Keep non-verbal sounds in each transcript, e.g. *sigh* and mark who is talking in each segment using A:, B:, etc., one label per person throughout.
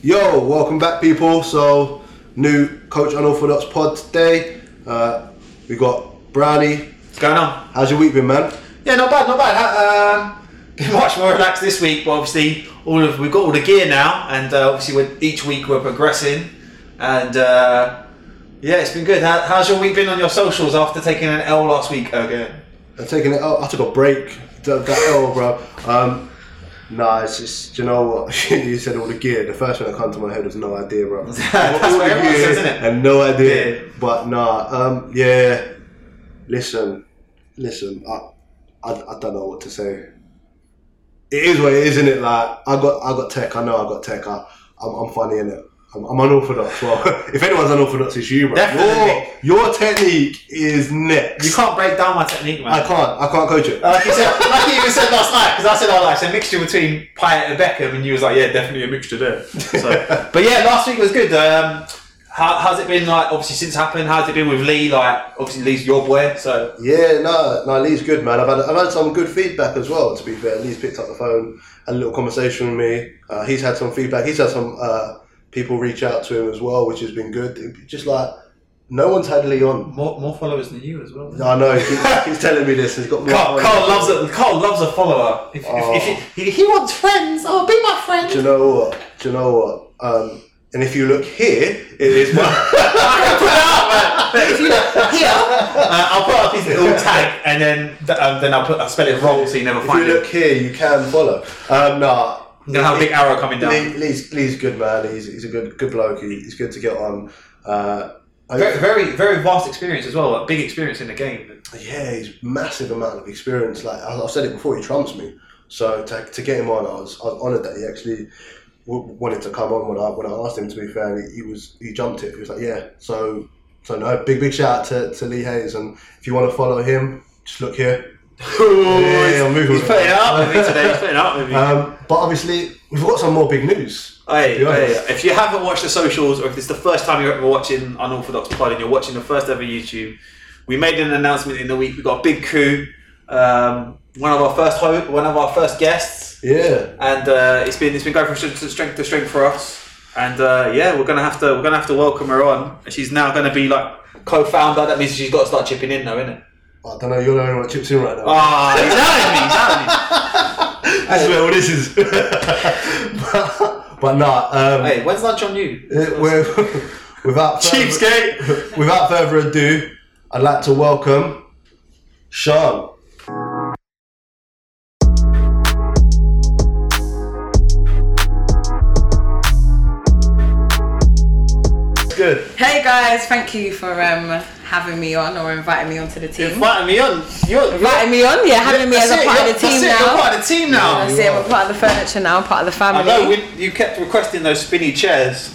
A: Yo, welcome back, people. So, new Coach Unorthodox pod today. Uh, we got Brownie.
B: What's going on?
A: How's your week been, man?
B: Yeah, not bad, not bad. Ha- Um, *laughs* been much more relaxed this week, but obviously all of we've got all the gear now, and uh, obviously we're, each week we're progressing, and uh, yeah, it's been good. How, how's your week been on your socials after taking an L last week again?
A: I'm taking it out. I took a break. That, that L, bro. Um, nah, it's just, do you know what? *laughs* you said all the gear. The first thing that come to my head was no idea, bro.
B: *laughs* That's
A: All
B: what
A: the
B: everyone
A: gear
B: says, isn't it?
A: And no idea.
B: Yeah.
A: But nah, um, yeah. Listen, listen. I, I, I don't know what to say. It is what it is, isn't it? Like I got, I got tech. I know I got tech. I, I'm, I'm funny in it. I'm, I'm unorthodox. Well, *laughs* if anyone's unorthodox, it's you, bro.
B: Definitely.
A: Your, your technique is next.
B: You can't break down my technique, man.
A: I can't. I can't coach it.
B: like you said, *laughs* like you even said last night, because I said, "Oh, like it's a mixture between Pyatt and Beckham," and you was like, "Yeah, definitely a mixture there." *laughs* So, but yeah, last week was good. Um, how, how's it been? Like, obviously, since happened, how's it been with Lee? Like, obviously, Lee's your boy, so
A: Yeah, no, no, Lee's good, man. I've had, I've had some good feedback as well, to be fair. Lee's picked up the phone, had a little conversation with me. Uh, he's had some feedback. He's had some uh, people reach out to him as well, which has been good. Just like, no one's had Lee on.
B: more, more followers than you as well.
A: I know, he keeps, he's telling me this. He's got more.
B: Carl,
A: followers.
B: Carl loves a Carl loves a follower. If,
A: Oh.
B: if, if he, he, he wants friends, oh, be my
A: Do
B: friend.
A: you know what? Do you know what? Um, and if you look here, it is *laughs* my.
B: I can put that up, man. If you look here, uh, I'll put up his
A: *laughs*
B: little tag, and then th- um, then I'll put I'll spell it wrong so you never
A: if you
B: find
A: look
B: it.
A: here, you can follow. Um, nah.
B: I'm gonna have a big arrow coming down.
A: Lee, Lee's, Lee's good, man. He's, he's a good good bloke. He, he's good to get on. Uh, I-
B: Very, very, very vast experience as well. A big experience in the game.
A: yeah, he's massive amount of experience. Like I- I've said it before, he trumps me. So to, to get him on, I was, I was honoured that he actually w- wanted to come on when I when I asked him. To be fair, and he, he was he jumped it. He was like, yeah. So so no, big big shout out to, to Lee Hayes. And if you want to follow him, just look here. *laughs* yeah, yeah, I'm moving.
B: he's putting it up with me today. He's putting it up with me.
A: Um, but obviously, we've got some more big news.
B: Hey,
A: be
B: hey,
A: honest.
B: if you haven't watched the socials, or if this is the first time you're ever watching Unorthodox Pod and you're watching the first ever YouTube, we made an announcement in the week. We got a big coup. Um, one of our first ho- one of our first guests,
A: Yeah.
B: and uh, it's been it's been going from strength to strength to strength for us. And uh, yeah, we're gonna have to we're gonna have to welcome her on. She's now gonna be like co-founder. That means she's got to start chipping in, though, isn't it?
A: I don't know. You're the only one that chips in right now.
B: Ah, he's outing me. He's outing me.
A: That's where all this *laughs* is. but, but nah, um,
B: Hey, when's lunch on you?
A: uh, we're- *laughs* without further, *laughs*
B: Cheapskate.
A: without further ado, I'd like to welcome Sean. Good.
C: Hey guys, thank you for um, having me on or inviting me onto the team.
B: Inviting me on. You're,
C: Inviting me on, yeah, having me as
B: That's
C: a
B: it,
C: part
B: you're-
C: of the team
B: that's it, You're part
C: now.
B: of the team now.
C: That's it, we're part of the furniture now, part of the
B: I
C: family.
B: know we, you kept requesting those spinny chairs.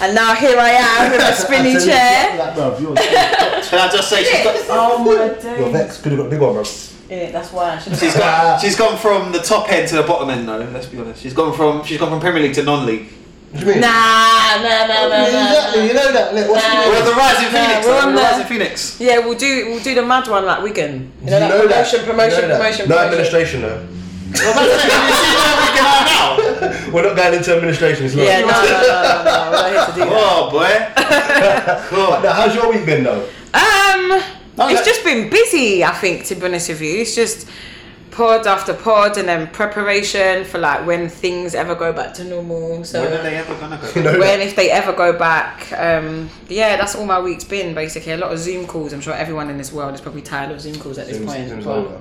C: and now here I am with a spinny chair.
B: Can I just say she's got,
C: *laughs* Oh my *laughs*
A: Your
C: days.
A: vex could have got a big one, bro.
C: Yeah, that's why I
B: *laughs*
C: should
B: she's got she's gone from the top end to the bottom end though. Let's be honest. She's gone from she's gone from Premier League to non-league.
C: Nah, nah, nah, nah, nah, nah.
A: you know that. Look, what's
C: Nah.
B: We're at the rising
C: Yeah,
B: Phoenix.
C: we're
B: though,
C: on
B: we're
C: the-
B: rising
C: *laughs*
B: Phoenix.
C: Yeah, we'll do we'll do the mad one like Wigan. You know,
A: You
C: that
A: know that.
C: promotion, promotion,
A: You know that.
C: promotion,
A: No
C: promotion.
A: administration though.
B: Now.
A: We're not going into administration. It's not.
C: Yeah, no, no, no, no, no, we're not here to do that.
B: Oh boy. *laughs*
A: But *laughs* now, how's your week been though? *laughs*
C: Um,
B: that-
C: it's just been busy. I think to be honest with you, it's just pod after pod, and then preparation for like when things ever go back to normal. So
B: When are they ever gonna go? *laughs*
A: You know
C: when if they ever go back, um, yeah, that's all my week's been basically. A lot of Zoom calls. I'm sure everyone in this world is probably tired of Zoom calls at this
A: Seems-
C: point.
A: seems
C: but-
A: like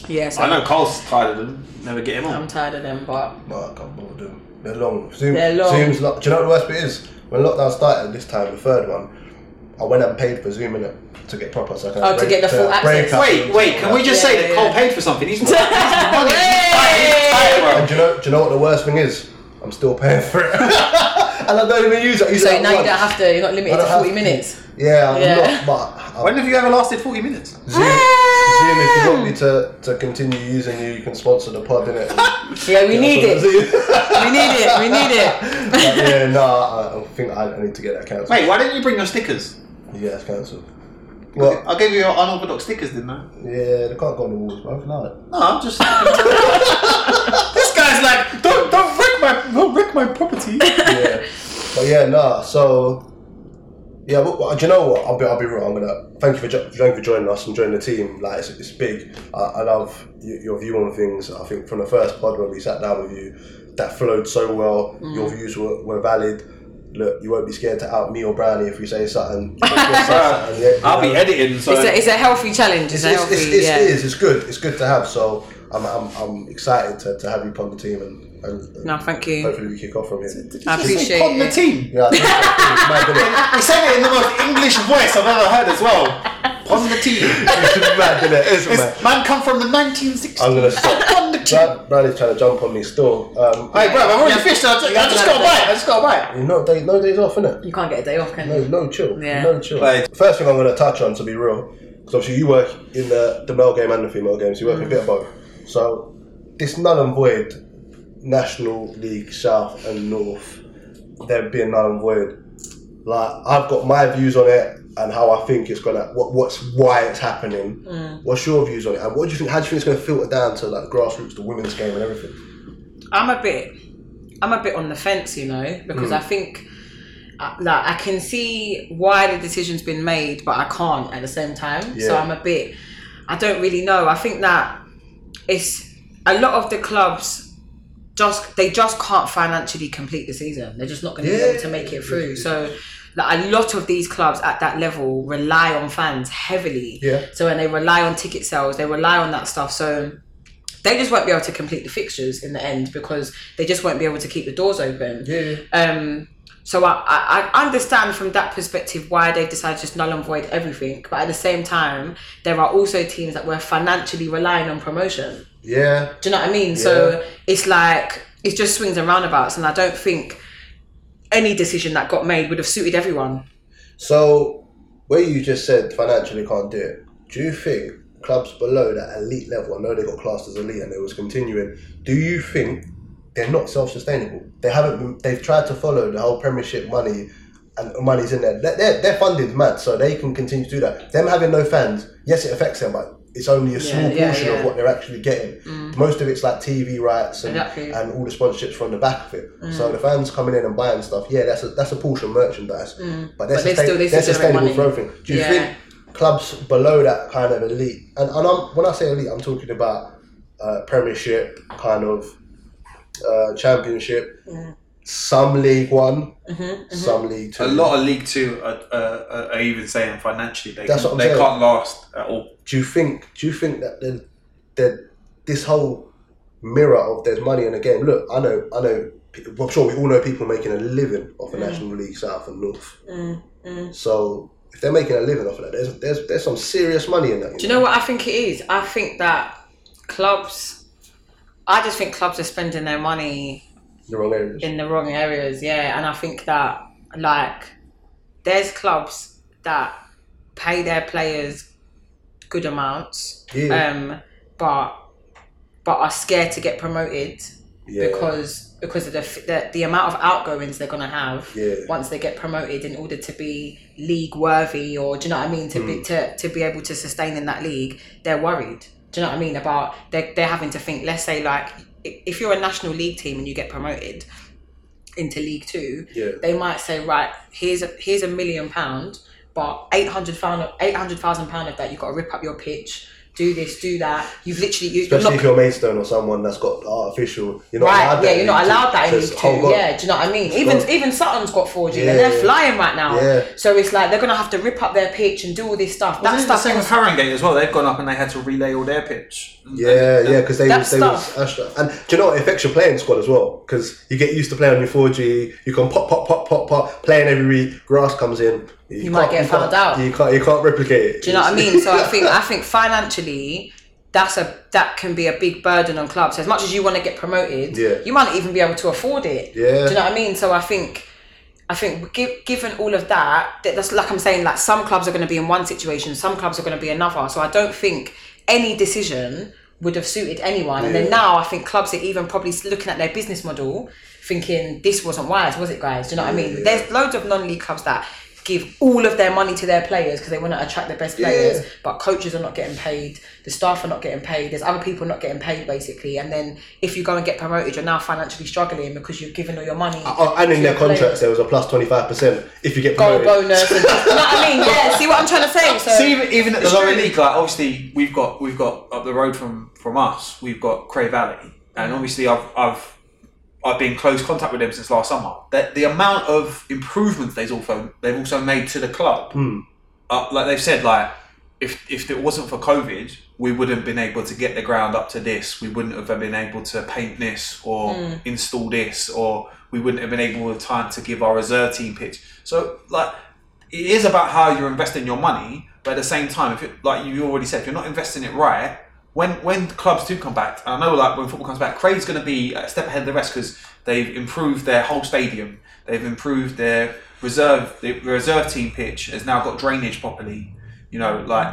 A: that.
C: yeah, so
B: I know Cole's tired of them. Never get him
C: I'm
B: on.
C: tired of them, but
A: No, oh, I can't bother them. They're long. Zoom,
C: They're long.
A: Zoom's lo- Do you know what the worst bit is? When lockdown started this time, the third one, I went and paid for Zoom in it to get proper. So I can
C: Oh, to get the full access.
B: Wait, wait. Can we just
C: Yeah,
B: say
C: yeah,
B: that Cole
C: yeah.
B: paid for something?
C: *laughs*
B: He's, he's, he's, money. he's, tired, he's tired, bro.
A: And do you know? Do you know what the worst thing is? I'm still paying for it, *laughs* and I don't even use it. I use
C: so
A: it
C: now you don't have to. You're not
A: I
C: limited to
A: don't have
C: 40
A: to.
C: minutes.
A: Yeah, I'm
C: Yeah.
A: not. But
B: When
A: I'm,
B: have you ever lasted 40 minutes?
C: *laughs*
A: Zoom, Zoom. If
C: Ah!
A: you want me to, to continue using you, you can sponsor the pod in it.
C: Yeah, we
A: *laughs*
C: need it.
A: it.
C: We need it. We need
A: *laughs*
C: it.
A: yeah, no, I, I think I, I need to get that cancelled.
B: Mate, why didn't you bring your stickers?
A: Yeah, it's cancelled. Well,
B: I gave you your unorthodox stickers, didn't I?
A: Yeah, they can't go on the walls, bro. No. *laughs*
B: No, I'm just. this guy's like, don't don't wreck my don't wreck
D: take my
B: *laughs*
D: property.
E: *laughs*
A: yeah. But yeah, nah. So yeah, but, but do you know what? I'll be I'll be real. I'm gonna thank you for jo- thank you for joining us and joining the team. Like it's, it's big. I, I love y- your view on things. I think from the first pod when we sat down with you, that flowed so well.
E: Mm.
A: Your views were, were valid. Look, you won't be scared to out me or Brownie if we say something. *laughs* If we say something, yeah, you
E: I'll
A: know?
E: be editing. So
C: It's a, it's a healthy challenge. It's,
A: It's,
C: a
A: it's,
C: healthy,
A: it's, it's,
C: yeah.
A: it is. It's good. It's good to have. So I'm, I'm, I'm excited to, to have you on the team and, and
C: No, thank you.
A: hopefully we kick off from here.
C: I appreciate
D: on the
C: it.
D: team.
A: *laughs* Yeah, I think it's mad, innit?
D: He said it in the most English voice I've ever heard as well. On the team.
A: *laughs* It's mad, innit? It's mad.
D: This man come from the 1960s.
A: I'm gonna stop.
D: On the team.
A: Brad, Brad is trying to jump on me still. Um,
D: Hey, bro, I've already fished. I just,
C: You have
D: I just
C: to
D: gotta
C: have
D: buy it. I just gotta buy it.
A: no, day, no days off, innit?
C: You can't get a day off, can
A: No, no chill.
C: Yeah.
A: No chill.
E: Right.
A: First thing I'm gonna touch on, to be real, because obviously you work in the, the male game and the female game, so you work a bit of both. So this null and void National League South and North, there being null and void. Like I've got my views on it and how I think it's gonna what what's why it's happening. What's your views on it? And what do you think? How do you think it's gonna filter down to like grassroots, the women's game, and everything?
C: I'm a bit, I'm a bit on the fence, you know, because I think, uh, like, I can see why the decision's been made, but I can't at the same time. So
A: Yeah.
C: I'm a bit, I don't really know. I think that it's a lot of the clubs just they just can't financially complete the season. They're just not going to be
A: Yeah.
C: able to make it through. So. Like a lot of these clubs at that level rely on fans heavily.
A: Yeah.
C: So when they rely on ticket sales, they rely on that stuff. So they just won't be able to complete the fixtures in the end because they just won't be able to keep the doors open.
A: Yeah.
C: Um, so I, I, I understand from that perspective why they decided to just null and void everything, but at the same time, there are also teams that were financially relying on promotion.
A: Yeah.
C: Do you know what I mean? So it's like it just swings and roundabouts, and I don't think any decision that got made would have suited everyone.
A: So, where you just said financially can't do it, do you think clubs below that elite level, I know they got classed as elite and they was continuing, do you think they're not self-sustainable? They haven't. been- They've tried to follow the whole Premiership money, and money's in there. Their, their, their funding's mad, so they can continue to do that. Them having no fans, yes, it affects them, but it's only a small
C: yeah,
A: portion
C: yeah. Mm.
A: of what they're actually getting. Most of it's like TV rights and,
C: Exactly. Mm.
A: and all the sponsorships from the back of it. So the fans coming in and buying stuff, yeah, that's a that's a portion of merchandise, but they're,
C: But they
A: sustain-
C: still- they
A: they're
C: still
A: sustainable
C: generate
A: for
C: money.
A: everything. Do you
C: Yeah.
A: think clubs below that kind of elite, and, and I'm, when I say elite, I'm talking about uh, Premiership kind of uh, Championship, some League One,
C: Mm-hmm,
A: some League Two.
B: A lot of League Two are, are, are- are even saying financially they,
A: That's what I'm
B: they
A: saying.
B: can't last at all.
A: do you think do you think that the, that this whole mirror of there's money in the game look i know i know i'm sure we all know people making a living off the
C: Mm.
A: national league south and north so if they're making a living off of that there's there's, there's some serious money in that
C: Do you know what I think it is? I think that clubs, I just think clubs are spending their money
A: the wrong areas
C: in the wrong areas yeah and i think that like there's clubs that pay their players good amounts
A: yeah,
C: um but but are scared to get promoted
A: yeah.
C: because because of the, f- the the amount of outgoings they're gonna have
A: Yeah.
C: once they get promoted in order to be league worthy or do you know what I mean to be
A: Mm.
C: to, to be able to sustain in that league they're worried do you know what I mean about they're, they're having to think let's say like i- if you're a national league team and you get promoted into league two
A: Yeah.
C: they might say right here's a here's a million pound but 800 pound 800,000 pound of that you've got to rip up your pitch do this do that you've literally you- you're
A: Especially
C: not
A: if you're Maidstone or someone that's got artificial, you're not allowed
C: Right,
A: that
C: yeah,
A: in
C: you're not
A: League Two.
C: allowed that in
A: So
C: League
A: it's-
C: Two.
A: oh, God.
C: yeah, do you know what I mean? Even
A: gone.
C: even Sutton's got four G, and
A: Yeah.
C: they're flying right now.
A: Yeah.
C: So it's like they're gonna have to rip up their pitch and do all this stuff. That
B: That's the
C: stuff.
B: same with
C: costs-
B: Haringey as well. They've gone up and they had to relay all their pitch.
A: Yeah, yeah, because they,
C: That
A: was, they was
C: stuff.
A: Astra. And do you know what? It affects your playing squad as well because you get used to playing on your 4G. You can pop, pop, pop, pop, pop, playing every week. Grass comes in. You,
C: might
A: can't-
C: get
A: you can't-
C: found out.
A: You can't, you can't replicate it.
C: do you know what I mean? So I think I think financially. That's a that can be a big burden on clubs. As much as you want to get promoted,
A: Yeah.
C: you might not even be able to afford it.
A: Yeah.
C: Do you know what I mean? So I think I think gi- given all of that, that- that's like I'm saying, like some clubs are going to be in one situation, some clubs are going to be another. So I don't think any decision would have suited anyone. And then now I think clubs are even probably looking at their business model, thinking this wasn't wise, was it, guys? Do you know what I mean? There's loads of non-league clubs that give all of their money to their players because they want to attract the best players. But coaches are not getting paid, the staff are not getting paid, there's other people not getting paid basically. And then if you go and get promoted, you're now financially struggling because you've given all your money.
A: *laughs* Oh, and in their
C: to the players.
A: contracts, there was a plus 25% if you get
C: Goal
A: promoted. *laughs*
C: bonus, and, you know what I mean? Yeah, see what I'm trying to say. So
B: See, even, even at the
E: It's
B: lower
E: true.
B: league, like obviously we've got we've got up the road from from us, we've got Cray Valley, and
E: Mm.
B: obviously I've I've I've been in close contact with them since last summer. The, the amount of improvements they've also they've also made to the club, uh, like they've said, like if if it wasn't for COVID, we wouldn't have been able to get the ground up to this. We wouldn't have been able to paint this or
E: Hmm.
B: install this, or we wouldn't have been able with time to give our reserve team pitch. So like it is about how you're investing your money, but at the same time, if you like you already said, if you're not investing it right, when when clubs do come back, and I know like when football comes back, Craig's going to be a step ahead of the rest because they've improved their whole stadium, they've improved their reserve the reserve team pitch has now got drainage properly. You know, like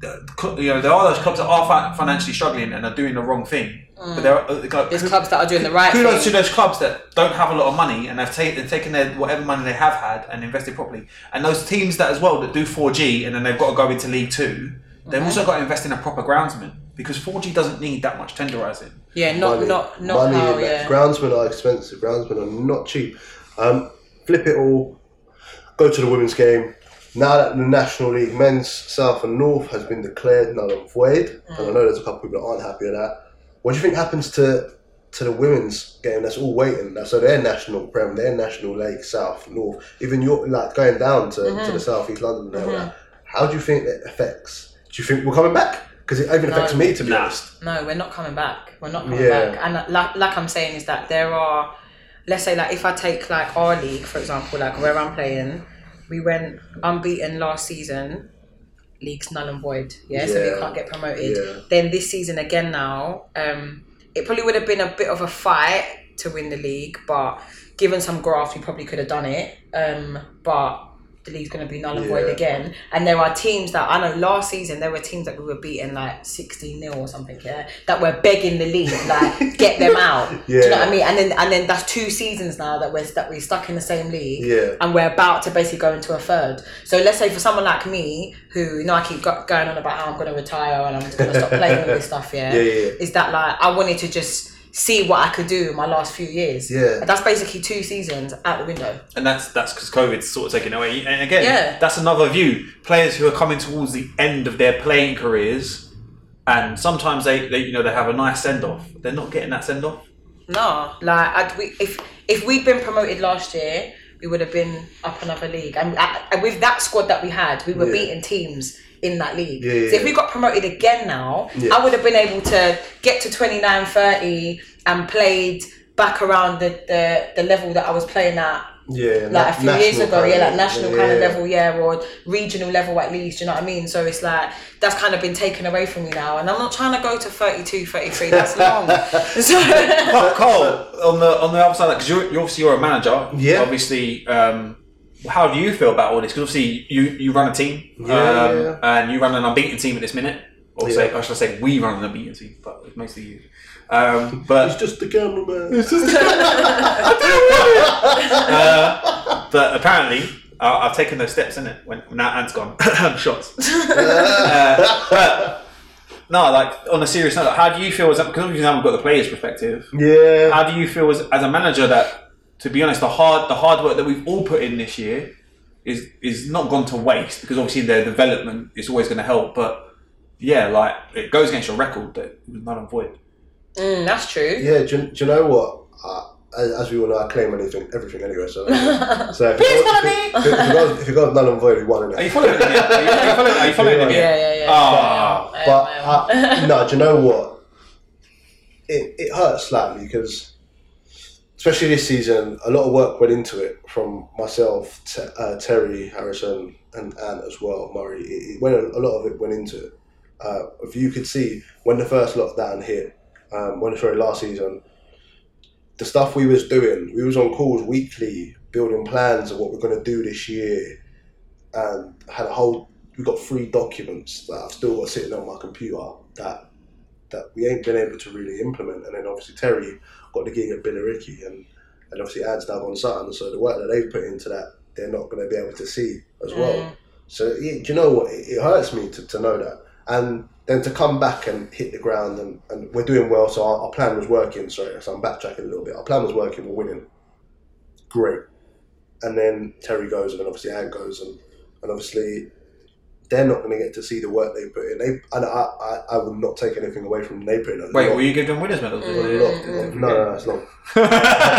B: the- cl- you know there are those clubs that are fi- financially struggling and are doing the wrong thing, but there are uh, like,
C: there's clubs that are doing the right
B: kudos to
C: thing.
B: those clubs that don't have a lot of money and have ta- they've taken their whatever money they have had and invested properly. And those teams that as well that do 4G and then they've got to go into League Two, they they've also got to invest in a proper groundsman because 4G doesn't need that much tenderising.
C: Yeah, not
A: Money.
C: not not
A: Money
C: how
A: in that.
C: yeah.
A: Groundsmen are expensive. Groundsmen are not cheap. Um, flip it all. Go to the women's game. Now that the National League men's South and North has been declared null and void,
C: Mm.
A: and I know there's a couple people that aren't happy with that. What do you think happens to to the women's game that's all waiting? Now, So their national prem, their national league, South, North, even your like going down to, to
C: Mm-hmm.
A: the South East London. and all that. How do you think that affects? Do you think we're coming back? Because it even affects me to be honest.
C: No, we're not coming back. We're not coming
A: Yeah.
C: back. And uh, like, like I'm saying is that there are, let's say like if I take like our league for example, like where I'm playing, we went unbeaten last season. League's null and void. Yeah, so
A: Yeah.
C: we can't get promoted.
A: Yeah.
C: Then this season again now, um, it probably would have been a bit of a fight to win the league, but given some graft, we probably could have done it. Um, but the league's going to be null and void
A: Yeah.
C: again. And there are teams that I know last season there were teams that we were beating like 16 0 or something, yeah, that were begging the league,
A: *laughs*
C: like get them out. Do you know what I mean? And then and then that's two seasons now that we're that we're stuck in the same league
A: Yeah.
C: and we're about to basically go into a third. So let's say for someone like me, who you know I keep go- going on about how I'm going to retire and I'm just going to stop playing
A: *laughs*
C: all this stuff, yeah,
A: Yeah, yeah, yeah.
C: is that like I wanted to just see what I could do in my last few years.
A: Yeah.
C: And that's basically two seasons out the window.
B: And that's that's because COVID's sort of taken away. And again,
C: Yeah.
B: that's another view. Players who are coming towards the end of their playing careers, and sometimes they, they you know they have a nice send off. They're not getting that send off.
C: No, like I'd, we, if if we'd been promoted last year, we would have been up another league. And, I- and with that squad that we had, we were
A: Yeah.
C: beating teams in that league.
A: Yeah, yeah,
C: so if we
A: yeah.
C: got promoted again now,
A: Yeah.
C: I would have been able to get to 29, 30 and played back around the, the, the level that I was playing at
A: Yeah,
C: like a
A: na-
C: few years
A: national
C: ago,
A: kind
C: yeah,
A: of
C: like national
A: level,
C: kind of
A: yeah.
C: level, yeah, or regional level at least, you know what I mean? So it's like that's kind of been taken away from me now, and I'm not trying to go to 32, 33,
A: *laughs*
C: that's long. *laughs* So-
B: But Cole, on the on the other side, because you're, you're obviously you're a manager.
A: Yeah.
B: Obviously, um, how do you feel about all this? Because obviously you you run a team.
A: Yeah,
B: um,
A: yeah.
B: And you run an unbeaten team at this minute. Or say,
A: Yeah.
B: I should say, we run an unbeaten team, but it's mostly you. Um,
A: *laughs*
B: but
A: just the cameraman.
B: but apparently, I I've taken those steps in it. When now Ant's gone, *laughs*
A: *laughs*
B: shots. Uh, but no, like on a serious note, like, how do you feel? As, because obviously now we've got the players' perspective.
A: yeah.
B: how do you feel as, as a manager that to be honest the hard the hard work that we've all put in this year is is not gone to waste because obviously their development is always going to help but yeah like it goes against your record that it was null and void
C: Mm, that's true.
A: Yeah, do, you- do you know what? Uh, as, as we all know, I claim anything, everything anyway.
C: *laughs*
A: So, so if,
C: Please
A: it goes,
C: follow me.
A: if, it- if it goes, if it goes null and void, we won
B: are you
A: it.
B: following him here? are you, are you following, are you following him here?
C: Yeah, yeah, yeah.
B: Ah.
C: I am,
A: But uh,
C: I am. *laughs*
A: I, *laughs* no, do you know what? It it hurts slightly because, especially this season, a lot of work went into it from myself, Te- uh, Terry Harrison, and Anne as well, Murray. It, it went, a lot of it went into it. Uh, if you could see when the first lockdown hit, um, when sorry last season, the stuff we was doing, we was on calls weekly, building plans of what we're gonna do this year, and had a whole. We got three documents that I've still got sitting on my computer that that we ain't been able to really implement. And then obviously Terry got the gig at Billericay, and and obviously Ad's now on Sutton, so the work that they've put into that they're not going to be able to see as well. So yeah, do you know what? It, it hurts me to, to know that, and then to come back and hit the ground, and, and we're doing well. So our, our plan was working. Sorry, so I'm backtracking a little bit. Our plan was working. We're winning. Great. And then Terry goes, and then obviously Anne goes, and and obviously they're not going to get to see the work they put in. They and I, I, I will not take anything away from them. They put in a
B: Wait,
A: lot.
B: will you give them winners medals?
C: Mm.
A: a lot.
E: Mm-hmm.
A: No, no, no, it's not.
C: *laughs*
A: *laughs*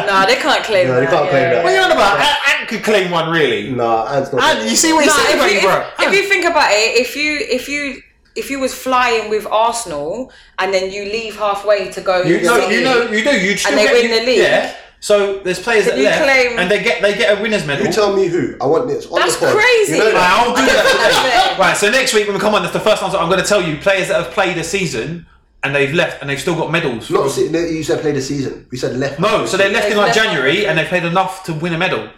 C: No, they can't claim
A: No,
C: that.
A: they can't claim
C: yeah.
A: that.
E: What are you on about? Ant Ant could claim one, really.
A: No, Anne's not.
E: Ant, you see what he's
C: No,
E: saying about
C: if,
E: you,
C: you,
E: bro?
C: if, if you think about it, if you if you if you was flying with Arsenal and then you leave halfway to go,
B: You
C: to
B: know,
C: City,
B: you know, you know, you still
C: they
B: get,
C: win
B: you-
C: the league.
B: Yeah. So there's players
C: Can
B: that
C: you
B: left,
C: claim-
B: and they get they get a winners medal.
A: You tell me who. I want this. On
C: That's
A: the pod.
C: crazy.
A: You know
E: Right,
A: that?
E: I'll
A: *laughs*
E: do that.
C: That's it.
E: right, so next week when we come on, that's the first time I'm going to tell you players that have played a season and they've left and they've still got medals.
A: Not sitting there, you said play the season. We said left.
E: No, so they left in
C: They've
E: like
C: left-
E: January and they played enough to win a medal.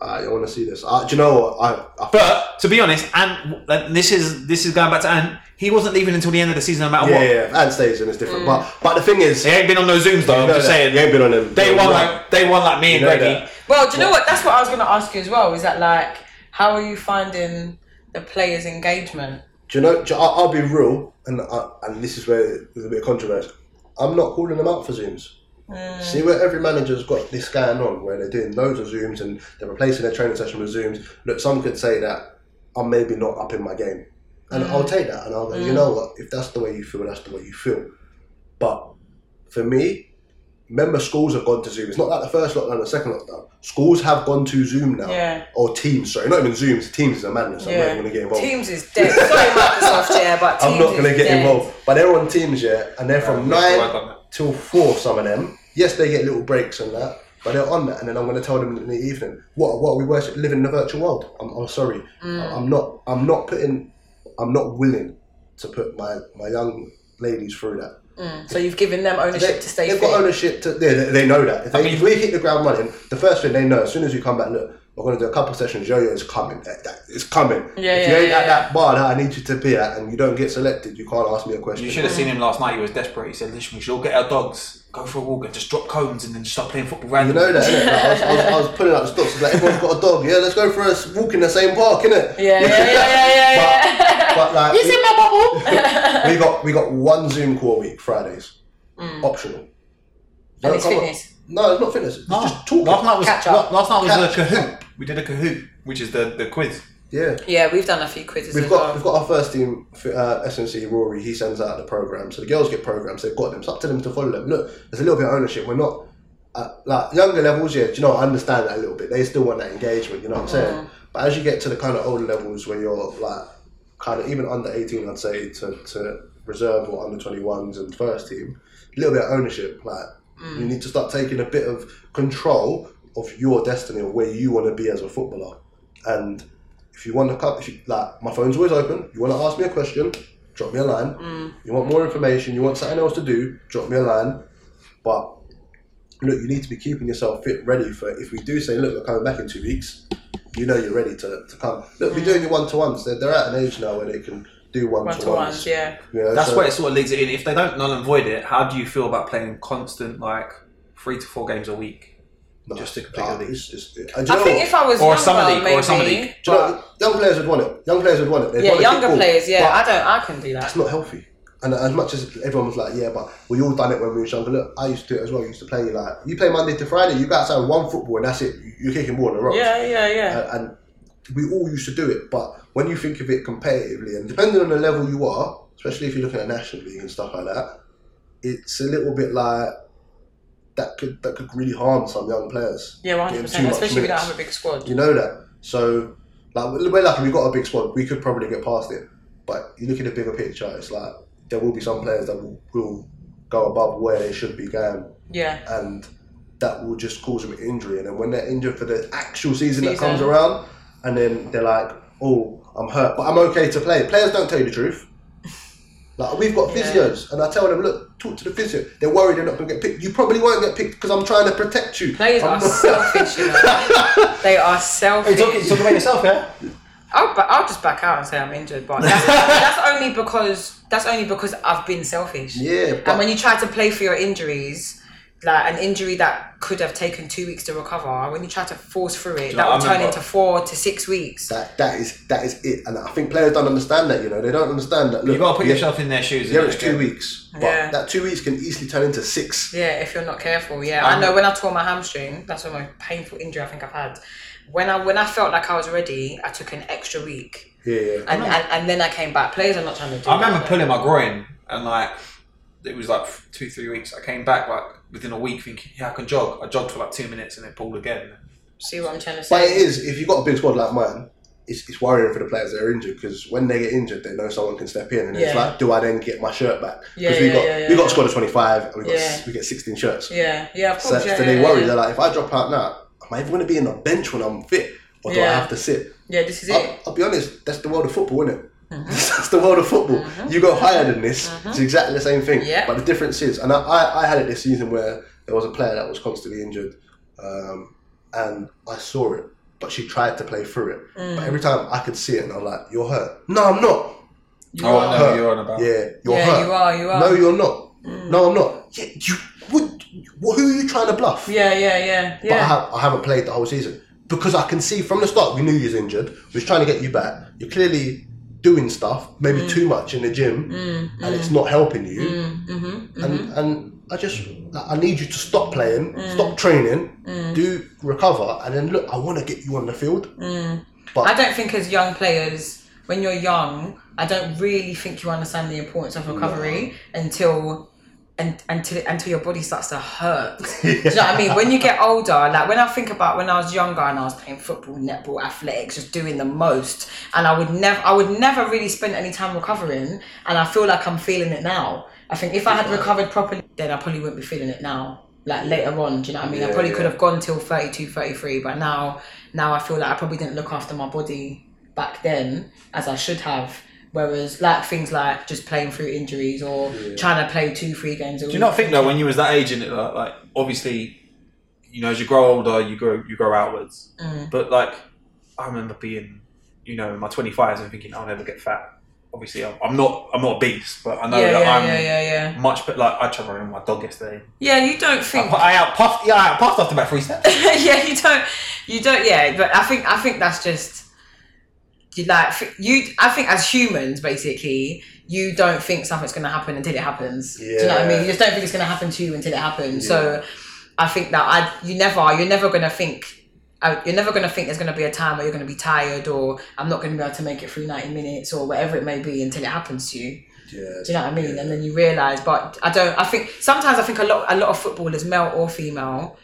A: I want to see this. Uh, do you know what? I, I
E: But to be honest, and and this is this is going back to Ant. He wasn't leaving until the end of the season, no matter
A: yeah,
E: what.
A: yeah, yeah. And stays in is
E: Mm.
A: different. But but the thing is,
E: He ain't been on no zooms though.
A: you
E: I'm
A: know
E: just
A: that.
E: saying.
A: you ain't been on them.
E: They
A: You
E: won
A: know
E: like they won like me
A: You
E: and
A: know
E: Greggy.
A: that.
C: *laughs* Well, do you know what? That's what I was going to ask you as well. Is that like how are you finding the players' engagement?
A: Do you know? do you- I- I'll be real, and I, and this is where there's a bit of controversy. I'm not calling them out for zooms.
C: Mm.
A: See where every manager's got this going on, where they're doing loads of zooms and they're replacing their training session with zooms. Look, some could say that I'm maybe not up in my game, and
C: Mm.
A: I'll take that, and I'll go. You know what? If that's the way you feel, that's the way you feel. But for me, remember schools have gone to Zoom. It's not like the first lockdown, the second lockdown. Schools have gone to Zoom now,
C: Yeah.
A: or Teams. Sorry, not even Zooms. Teams is a madness. I'm not
C: Yeah.
A: even going to get involved.
C: Teams is dead. Sorry, Microsoft, yeah, but Teams
A: *laughs* I'm not going
C: is
A: to get
C: dead.
A: involved. But they're on teams, yeah, and they're from
B: Yeah,
A: nine
B: work on that.
A: till four. Some of them, yes, they get little breaks and that, but they're on that. And then I'm going to tell them in the evening, what, what we worship, living in the virtual world. I'm, I'm sorry,
C: Mm.
A: I- I'm not, I'm not putting, I'm not willing to put my my young ladies through that.
C: So you've given them ownership
A: They-
C: to stay
A: they've
C: fit.
A: got ownership to. They, they, they know that. If, they, if we hit the ground running, the first thing they know as soon as we come back, look, we're going to do a couple of sessions. Yo yo is coming. That, that, it's coming.
C: Yeah,
A: if
C: yeah,
A: you ain't
C: yeah,
A: at that bar that I need you to be at, and you don't get selected, you can't ask me a question.
B: You should have seen him last night. He was desperate. He said, "Listen, we should all get our dogs, go for a walk, and just drop cones, and then just start playing football
A: You
B: randomly."
A: know that, innit? Like, I, was, I, was, I was pulling out the stops. Like everyone's got a dog. Yeah, let's go for a s- walk in the same park, innit?
C: Yeah, yeah, yeah, yeah, yeah, yeah.
A: *laughs* But, but like, we,
C: my
A: *laughs*
C: bubble?
A: we got we got one Zoom call a week, Fridays, optional. Don't
C: Mm. it's
A: come on-
C: fitness.
A: No, it's not fitness. It's
B: No,
A: just talking.
B: Last night was
C: Catch up.
B: la- last night was
A: Catch
B: a
A: up.
B: Kahoot. We did a Kahoot, which is the, the quiz.
A: Yeah.
C: yeah, we've done a few quizzes.
A: We've
C: as
A: got we've
C: well.
A: got our first team uh, SNC Rory. He sends out the program, so the girls get programs. They've got them. It's up to them to follow them. Look, there's a little bit of ownership. We're not uh, like younger levels. Yeah, do you know I understand that a little bit. They still want that engagement. You know what I'm saying? But as you get to the kind of older levels where you're like kind of even under 18, I'd say to, to reserve or under 21s and first team, a little bit of ownership. Like you need to start taking a bit of control of your destiny of where you want to be as a footballer. And if you want to come, if you, like my phone's always open. You want to ask me a question, drop me a line.
C: Mm.
A: You want more information, you want something else to do, drop me a line. But look, you need to be keeping yourself fit, ready for if we do say, look, we're coming back in two weeks. You know you're ready to, to come. Look,
C: Mm.
A: we're doing your one to ones. They're, they're at an age now where they can do one
C: one
A: to
C: to ones.
A: ones.
C: Yeah.
B: That's where it sort of leads it in. If they don't null and void it, how do you feel about playing constant like three to four games a week? just to complete the league.
A: It's just, I,
C: I think if I was
B: Or a
C: younger,
B: summer league,
C: maybe.
B: or a summer league.
A: do you know, what? young players would want it. Young players would want it. They'd
C: Yeah,
A: want to kick
C: younger
A: ball.
C: players. Yeah,
A: But-
C: I don't. I can do that.
A: that's not healthy. And as much as everyone was like, yeah, but we all done it when we were younger. Look, I used to do it as well. I used to play like you play Monday to Friday. You go outside one football and that's it. You- You're kicking ball on the rocks.
C: Yeah, yeah, yeah.
A: And, and we all used to do it, but when you think of it competitively and depending on the level you are, especially if you're looking at national league and stuff like that, it's a little bit like that could that could really harm some young players.
C: Yeah, one
A: Getting
C: hundred
A: too
C: percent.
A: much
C: Especially if we don't
A: minutes.
C: have a big squad.
A: You know that. So, like, we're we're lucky. We've got a big squad. We could probably get past it. But you look at the bigger picture, it's like there will be some players that will, will go above where they should be going.
C: Yeah.
A: And that will just cause them injury. And then when they're injured for the actual season, that
C: Season.
A: comes around, and then they're like, oh, I'm hurt, but I'm okay to play. Players don't tell you the truth. Like we've got
C: Yeah.
A: physios, and I tell them, look, talk to the physio. They're worried they're not going to get picked. You probably won't get picked because I'm trying to protect you.
C: Players
A: I'm *laughs*
C: are
A: not-
C: selfish. You know. they are selfish.
B: about yourself, yeah?
C: I'll, ba- I'll just back out and say I'm injured,
A: *laughs*
C: but that's, that's only because that's only because I've been selfish.
A: Yeah, but-
C: and when you try to play for your injuries, like an injury that could have taken two weeks to recover, when you try to force through it,
B: you
C: that
B: know, I
C: will turn
B: remember-
C: into four to six weeks.
A: That that is that is it, and I think players don't understand that. You know, they don't understand that. Look,
E: You've got to put
A: yeah,
E: yourself in their shoes.
A: Yeah,
E: innit?
A: it's two weeks, but
C: Yeah.
A: that two weeks can easily turn into six.
C: Yeah, if you're not careful. Yeah,
A: Um,
C: I know. When I tore my hamstring, that's the most painful injury I think I've had. When I when I felt like I was ready, I took an extra week,
A: Yeah, yeah.
C: and and, and then I came back. Players are not trying to do.
E: I remember
C: that.
E: pulling my groin and like it was like two three weeks. I came back like within a week thinking yeah I can jog. I jogged for like two minutes and it pulled again.
C: See what I'm trying to say?
A: But it is if you've got a big squad like mine. It's, it's worrying for the players that are injured because when they get injured, they know someone can step in, and it's
C: Yeah.
A: like, do I then get my shirt back? Because
C: Yeah,
A: we
C: yeah,
A: got
C: yeah, yeah,
A: we got
C: yeah.
A: a squad of twenty five, and we got
C: Yeah.
A: we get sixteen shirts.
C: Yeah, yeah, of
A: So,
C: course. yeah,
A: so
C: yeah,
A: they
C: yeah,
A: worry.
C: yeah.
A: They're like, if I drop out now, am I even going to be in the bench when I'm fit, or do I
C: Yeah.
A: have to sit?
C: Yeah, this is
A: I'll,
C: it.
A: I'll be honest. That's the world of football, isn't it?
C: Mm-hmm.
A: *laughs* that's the world of football. You go higher than this, it's exactly the same thing.
C: Yeah.
A: But the difference is, and I, I, I had it this season where there was a player that was constantly injured, um, and I saw it, but she tried to play through it. But
C: Mm.
A: every
C: Mm-hmm.
A: time I could see it, and I'm like, "You're hurt." No, I'm not.
E: Oh, I know
A: hurt.
E: who you're on about.
A: Yeah, you're
C: yeah,
A: hurt.
C: you are, you are. Mm.
A: No, you're not. No, I'm not. Yeah, you. What, who are you trying to bluff?
C: yeah, yeah, yeah,
A: but I,
C: yeah.
A: have, I haven't played the whole season because I can see from the start we knew you was injured. We was trying to get you back. You're clearly doing stuff, maybe
C: Mm.
A: too much in the gym, and it's not helping you.
C: mm-hmm,
A: And and I just like, I need you to stop playing,
C: Mm.
A: stop training, do recover, and then look. I want to get you on the field.
C: Mm.
A: But
C: I don't think as young players, when you're young, I don't really think you understand the importance of recovery until. And, until until your body starts to
A: *laughs*
C: hurt, Do you know what I mean? When you get older, like when I think about when I was younger and I was playing football, netball, athletics, just doing the most, and I would never, I would never really spend any time recovering, and I feel like I'm feeling it now. I think if I had recovered properly, then I probably wouldn't be feeling it now. Like later on, do you know what I mean? I
A: Yeah,
C: probably
A: yeah.
C: could have gone till 32, 33, but now now I feel like I probably didn't look after my body back then as I should have. Whereas like things like just playing through injuries or trying to play two, three games a
B: Do you not think though, when you was that age, and it, like, like obviously, you know, as you grow older, you grow you grow outwards.
C: Mm.
B: But like, I remember being, you know, in my twenty fives and thinking, I'll never get fat. Obviously, I'm, I'm not I'm not obese, but I know
C: yeah,
B: that
C: yeah,
B: I'm
C: yeah, yeah, yeah.
B: much. But like, I travelled around with my dog yesterday.
C: Yeah, you don't
B: I,
C: think
B: I out puffed. Yeah, I out puffed after about three steps.
C: *laughs* yeah, you don't, you don't. Yeah, but I think I think that's just you like f- you. I think as humans, basically, you don't think something's going to happen until it happens. Do you know what I mean? You just don't think it's going to happen to you until it happens. So I think that I you never you're never going to think. uh, You're never going to think there's going to be a time where you're going to be tired or I'm not going to be able to make it through 90 minutes or whatever it may be until it happens to you.
A: yeah,
C: Do you know what I mean? And then you realise, but I don't. I think sometimes I think a lot, a lot of footballers, male or female,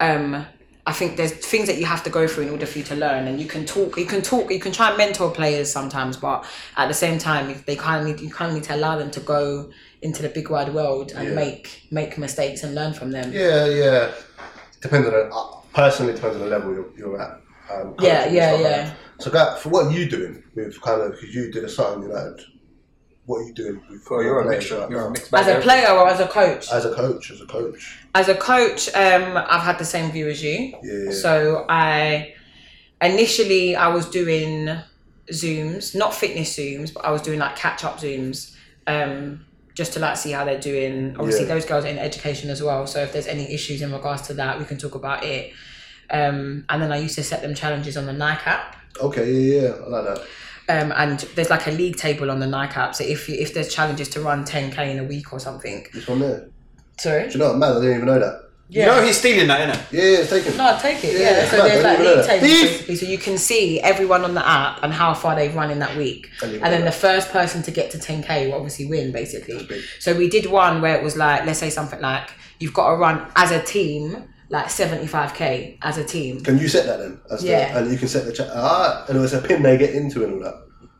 C: um, I think there's things that you have to go through in order for you to learn. And you can talk, you can talk, you can try and mentor players sometimes, but at the same time, if they kind of need, you kind of need to allow them to go into the big wide world and
A: Yeah.
C: make make mistakes and learn from them.
A: yeah, yeah. Depends on the, uh, personally depends on the level you're, you're at. Um, coaching
C: Yeah,
A: and
C: yeah,
A: stuff like
C: yeah.
A: that. So, Gat, for what are you doing with kind of because you did a Sutton United? What are you doing? With
B: Well, you're a
A: players
B: mixture.
A: right
B: You're a
A: now?
B: mixed bag.
C: As a
B: of
C: player or as a coach?
A: As a coach, as a coach.
C: as a coach, um, I've had the same view as you.
A: Yeah.
C: So I initially I was doing zooms, not fitness zooms, but I was doing like catch up zooms, um, just to like see how they're doing. Obviously,
A: Yeah.
C: those girls are in education as well. So if there's any issues in regards to that, we can talk about it. Um, and then I used to set them challenges on the Nike app.
A: Okay, yeah, yeah, I like that.
C: Um, and there's like a league table on the Nike app. So if you, if there's challenges to run 10k in a week or something,
A: This one there.
C: sorry,
A: Do you know what, man? I didn't even know that.
C: yeah.
E: You know he's stealing that, innit?
A: Yeah, yeah, it's taken.
C: *laughs* No, I take it. Yeah.
A: Yeah,
C: So
A: no,
C: there's like
A: don't even
C: league
A: know that.
C: tables basically, so you can see everyone on the app and how far they've run in that week.
A: Don't even
C: And then
A: know
C: the
A: that.
C: first person to get to 10k will obviously win,
A: big.
C: basically. So we did one where it was like, let's say something like, you've got to run as a team like 75k as a team.
A: Can you set that then? As
C: Yeah.
A: The, and you can set the chat. Ah, and it was a pin they get into and all that.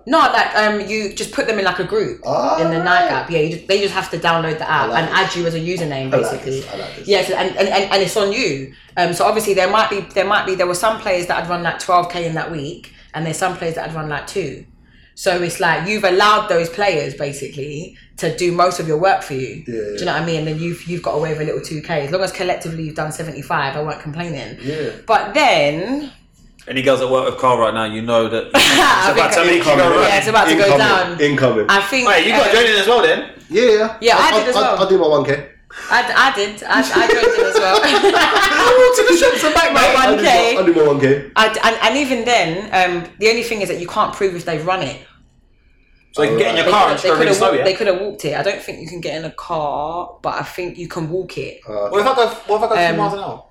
C: No, like um, you just put them in like a group
A: Ah,
C: in the
A: right.
C: night app. Yeah, you just, they just have to download the app
A: like
C: and add you as a username,
A: I like
C: basically.
A: this, I like this.
C: Yes, and, and, and, and it's on you. Um, so obviously there might be there might be there were some players that had run like twelve k in that week, and there's some players that had run like two. So it's like you've allowed those players basically to do most of your work for you.
A: Yeah,
C: Do you know what I mean? And then you've you've got away with a little two k. As long as collectively you've done seventy five, I won't complaining.
A: Yeah.
C: But then
B: Any girls that work with Carl right now, you know that.
C: *laughs* I think-
B: about to make you go
A: Incoming.
B: right.
C: yeah, it's about to go
A: Incoming.
C: down.
A: Incoming.
C: I think
B: Wait, you got
C: um,
B: Jordan as well then?
A: yeah, yeah.
C: Yeah, I did as
A: I,
C: well. *laughs*
A: I, do my 1K.
C: I, I did. I, I joined in as well. *laughs*
A: I walked to the shops and back,
C: mate.
A: I did
C: Okay.
A: my- I did my one game.
C: I, and, and even then, um, the only thing is that you can't prove if they've run it.
B: So you can get in your car and just go
C: could
B: really
C: have
B: slow,
C: walked,
B: yeah?
C: it. I don't think you can get in a car, but I think you can walk it.
B: What if I go, what if I go
C: Um,
B: two miles an hour?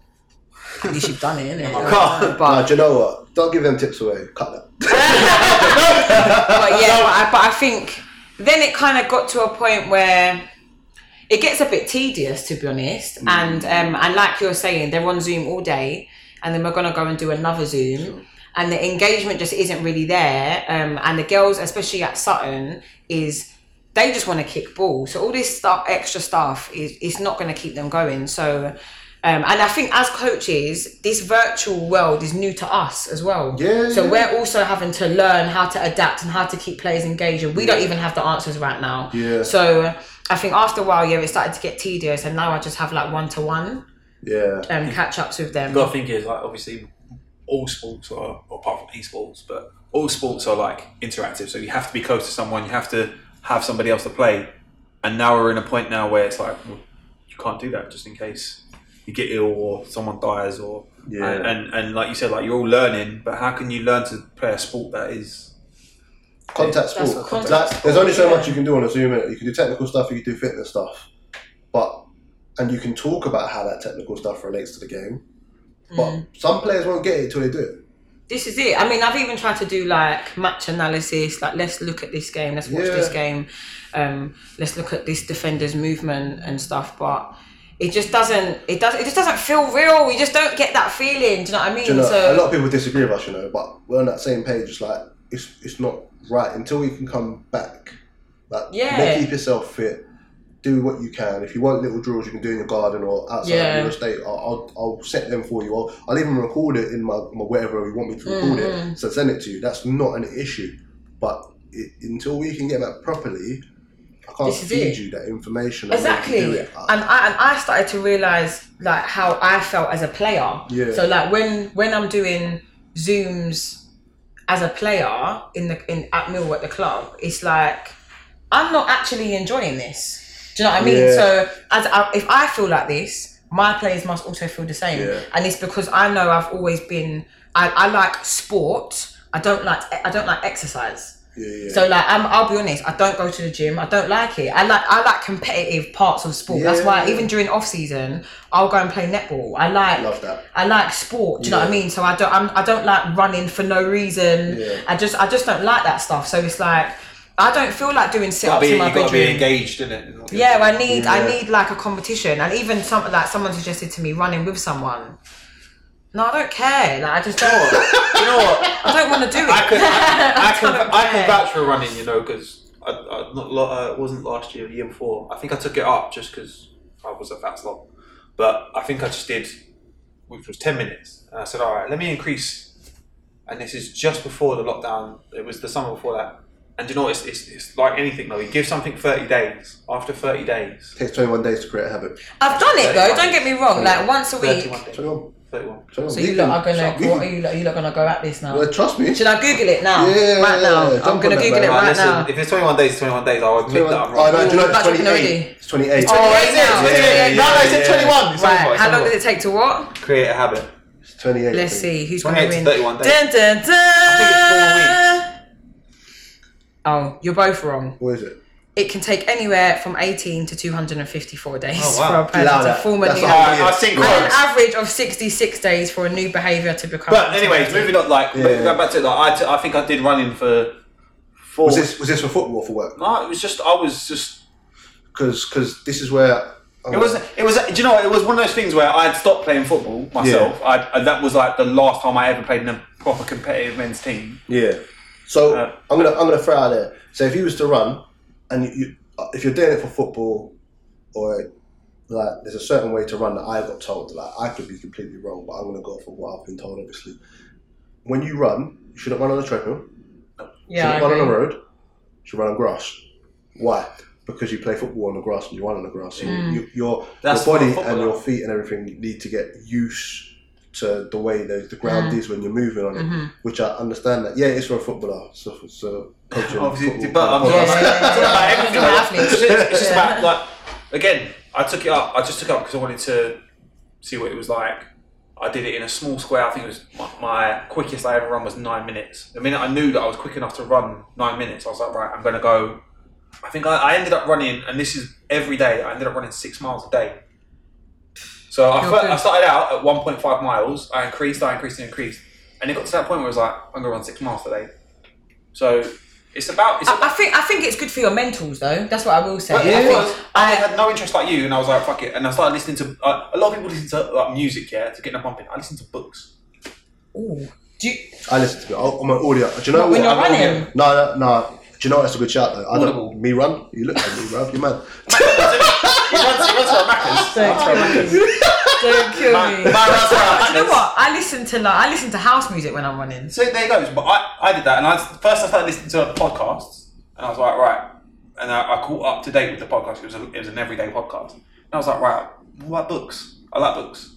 C: At least you've done it, innit?
B: can't.
A: Nah,
C: But,
A: do you know what? Don't give them tips away. Cut that. *laughs*
C: but yeah, but I, but I think then it kind of got to a point where it gets a bit tedious, to be honest.
A: Mm.
C: And um, and like you're saying, they're on Zoom all day, and then we're gonna go and do another Zoom. And the engagement just isn't really there. Um, and the girls, especially at Sutton, is they just want to kick ball. So all this stuff, extra stuff, is it's not going to keep them going. So, um, and I think as coaches, this virtual world is new to us as well.
A: Yeah,
C: So
A: yeah.
C: we're also having to learn how to adapt and how to keep players engaged. And we don't even have the answers right now.
A: Yeah.
C: So I think after a while, yeah, it started to get tedious, and now I just have like one to one
A: Yeah.
C: um catch ups with them.
B: You gotta think is like obviously all sports are or apart from esports, but all sports are like interactive. So you have to be close to someone. You have to have somebody else to play. And now we're in a point now where it's like well, you can't do that just in case you get ill or someone dies or
A: Yeah.
B: and, and and like you said, like you're all learning, but how can you learn to play a sport that is
A: Contact
C: That's
A: sport.
C: what contact
A: Like,
C: sport,
A: there's only so
C: yeah.
A: much you can do on a Zoom. innit? You can do technical stuff, you can do fitness stuff, but and you can talk about how that technical stuff relates to the game. But
C: Mm.
A: some players won't get it until they do it.
C: this is it. I mean, I've even tried to do like match analysis. Like, let's look at this game. Let's watch
A: Yeah.
C: this game. Um, let's look at this defender's movement and stuff. But it just doesn't. It does. It just doesn't feel real. You just don't get that feeling. Do you know what I mean?
A: Do you know,
C: so
A: a lot of people disagree with us, you know, but we're on that same page. It's like it's it's not right until we can come back. Like,
C: Yeah.
A: make- keep yourself fit. Do what you can. If you want little drills, you can do in your garden or outside
C: Yeah.
A: your estate. I'll, I'll, I'll set them for you. I'll, I'll even record it in my, my whatever you want me to record
C: Mm-hmm.
A: it. So send it to you. That's not an issue. But it, until we can get that properly, I can't
C: This is
A: feed
C: it.
A: you that information. on how to
C: exactly
A: do
C: and
A: it. I-
C: I, and I started to realize like how i felt as a player
A: Yeah.
C: so like when when i'm doing zooms as a player in the in at mill at the club it's like i'm not actually enjoying this do you know what i mean
A: Yeah.
C: so as I, if i feel like this my players must also feel the same
A: Yeah.
C: and it's because i know i've always been i, I like sport i don't like i don't like exercise
A: yeah, yeah.
C: so like, I'm, I'll be honest. I don't go to the gym. I don't like it. I like I like competitive parts of sport. That's why
A: Yeah.
C: even during off season, I'll go and play netball. I like
A: Love that.
C: I like sport. Do you know what I mean? So I don't I'm, I don't like running for no reason.
A: Yeah.
C: I just I just don't like that stuff. So it's like I don't feel like doing sit ups in my bedroom.
B: engaged in it?
C: Yeah, I need I
A: Yeah.
C: need like a competition, and even some like someone suggested to me running with someone. No, I don't care. Like I just don't.
A: *laughs*
B: you know
C: *laughs*
B: what?
C: I don't want to do it.
B: I can,
C: *laughs*
B: I, I can,
C: don't
B: I
C: care.
B: can vouch for running, you know, because I, I not lo- uh, it wasn't last year, the year before. I think I took it up just because I was a fat slob, but I think I just did, which was ten minutes, and I said, all right, let me increase, and this is just before the lockdown. It was the summer before that, and you know, it's it's, it's like anything though. You give something thirty days. After thirty days,
A: takes 21 days to create a habit.
C: I've done it though. Don't get me wrong. Like once a week.
B: thirty-one days,
A: 21.
B: thirty-one.
A: 21.
C: So you lot are gonna what are you lot, you lot gonna go at this now?
A: Well, trust me.
C: Should I Google it now?
A: Yeah,
C: right now.
A: jump
C: I'm
A: on
C: gonna
A: that,
C: Google
A: man.
C: it
B: Right,
C: right
B: listen,
C: now.
B: if it's twenty-one days, twenty-one days. I'll admit that I'm wrong.
A: Oh, no, do you know
C: That's
A: it's
C: what we
A: 28?
C: know.
A: It's 28.
C: Oh, is it?
B: Yeah, yeah, yeah,
D: No, no, I said
B: yeah.
D: 21. It's
C: right,
D: over, it's
C: how long
D: over.
C: did it take to what?
B: Create a habit.
A: It's 28.
C: Let's
A: I think.
C: see who's gonna
B: 28 to 31
C: win.
B: days.
C: Dun, dun, dun.
B: I
C: Oh, you're both wrong.
A: What is it?
C: It can take anywhere from 18 to 254 days
B: Oh, wow.
C: for a person
A: Allow
C: to
A: that.
C: form a
A: That's
C: new
A: all right.
C: habit.
D: Alright, I've seen
C: And an
D: quotes.
C: average of 66 days for a new behaviour to become.
B: But anyways, moving on. Like
A: Yeah.
B: going back to it, like I, t- I think I did running for four.
A: Was this was this for football or for work?
B: No, it was just I was just.
A: Because this is where
B: It was. It was. Do you know? what? It was one of those things where I had stopped playing football myself. I, I, that was like the last time I ever played in a proper competitive men's team.
A: yeah. So
B: Uh,
A: I'm gonna I'm gonna throw out there. So if you was to run, and you, you uh, if you're doing it for football, or like there's a certain way to run that I got told. Like I could be completely wrong, but I'm gonna go for what I've been told. Obviously, when you run, you shouldn't run on a treadmill.
C: yeah, I
A: shouldn't run on
C: agree.
A: the road. You should run on grass. Why? Because you play football on the grass and you run on the grass. You-
C: Mm.
A: you- your
B: That's
A: your body
B: not football,
A: and your
B: though.
A: feet and everything need to get used to the way the, the
C: Mm.
A: ground is when you're moving on it.
C: Mm-hmm.
A: Which I understand that. Yeah, it's for a footballer. So, so coaching
B: Obviously,
A: football-
B: but I'm
A: football-
C: Yeah, yeah, yeah.
B: It's about everything.
C: You're an athlete.
B: It's just, it's just
C: Yeah.
B: about like again. I took it up. I just took it up because I wanted to see what it was like. I did it in a small square. I think it was my, my quickest I ever run was nine minutes. The minute I knew that I was quick enough to run nine minutes, I was like, right, I'm gonna go. I think I, I ended up running, and this is every day. I ended up running six miles a day. So I, fir-
C: Okay.
B: I started out at 1.5 miles. I increased, I increased, and increased, and it got to that point where I was like, I'm gonna run six miles today. So it's about it's
C: I, I think I think it's good for your mentals though. That's what I will say.
B: But
C: I
B: it
C: think-
B: was. I had no interest like you, and I was like, fuck it. And I started listening to uh, a lot of people listen to like music, yeah, to get in a pumping. I listen to books.
C: Ooh. Do you,
A: I listen to it. I'm an audio. Do you know
C: Not when
A: what?
C: you're running.
A: No, no, no. Do you know what? that's a good shout though? I
B: Audible.
A: don't, me run? You look at me, bruv. You're mad.
B: He runs, he runs for a Macca's.
C: Don't kill me. Don't kill me.
B: Man runs for a
C: Do Oh. you know
B: Macca's.
C: what? I listen to like I listen to house music when I'm running.
B: So there goes. But I, I did that, and I first I started listening to podcasts, and I was like, right. And I, I caught up to date with the podcast. It was a, it was an everyday podcast, and I was like, right, what about books? I like books.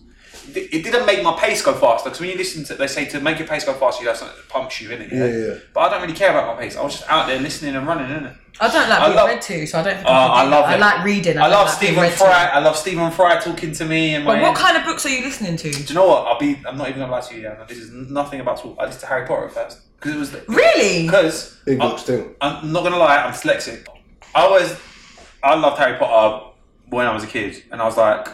B: It di- It didn't make my pace go faster because when you listen to, they say to make your pace go faster, you have something that pumps you in it.
A: Yeah, yeah.
B: But I don't really care about my pace. I was just out there listening and running, innit?
C: I don't like
B: I
C: being
B: love-
C: read to, so I don't. Think
B: Oh,
C: I,
B: I
C: can do
B: love
C: that.
B: it.
C: I like reading.
B: I
C: don't
B: love
C: like being
B: Stephen
C: read to.
B: Fry. I love Stephen Fry talking to me and my.
C: But what
B: end.
C: kind of books are you listening to?
B: Do you know what? I'll be. I'm not even gonna lie to you, Yana. This is nothing about school. I listened to Harry Potter at first because it was
C: Really?
B: because
A: Big
B: I'm-
A: books too.
B: I'm not gonna lie. I'm dyslexic. I always I loved Harry Potter when I was a kid, and I was like,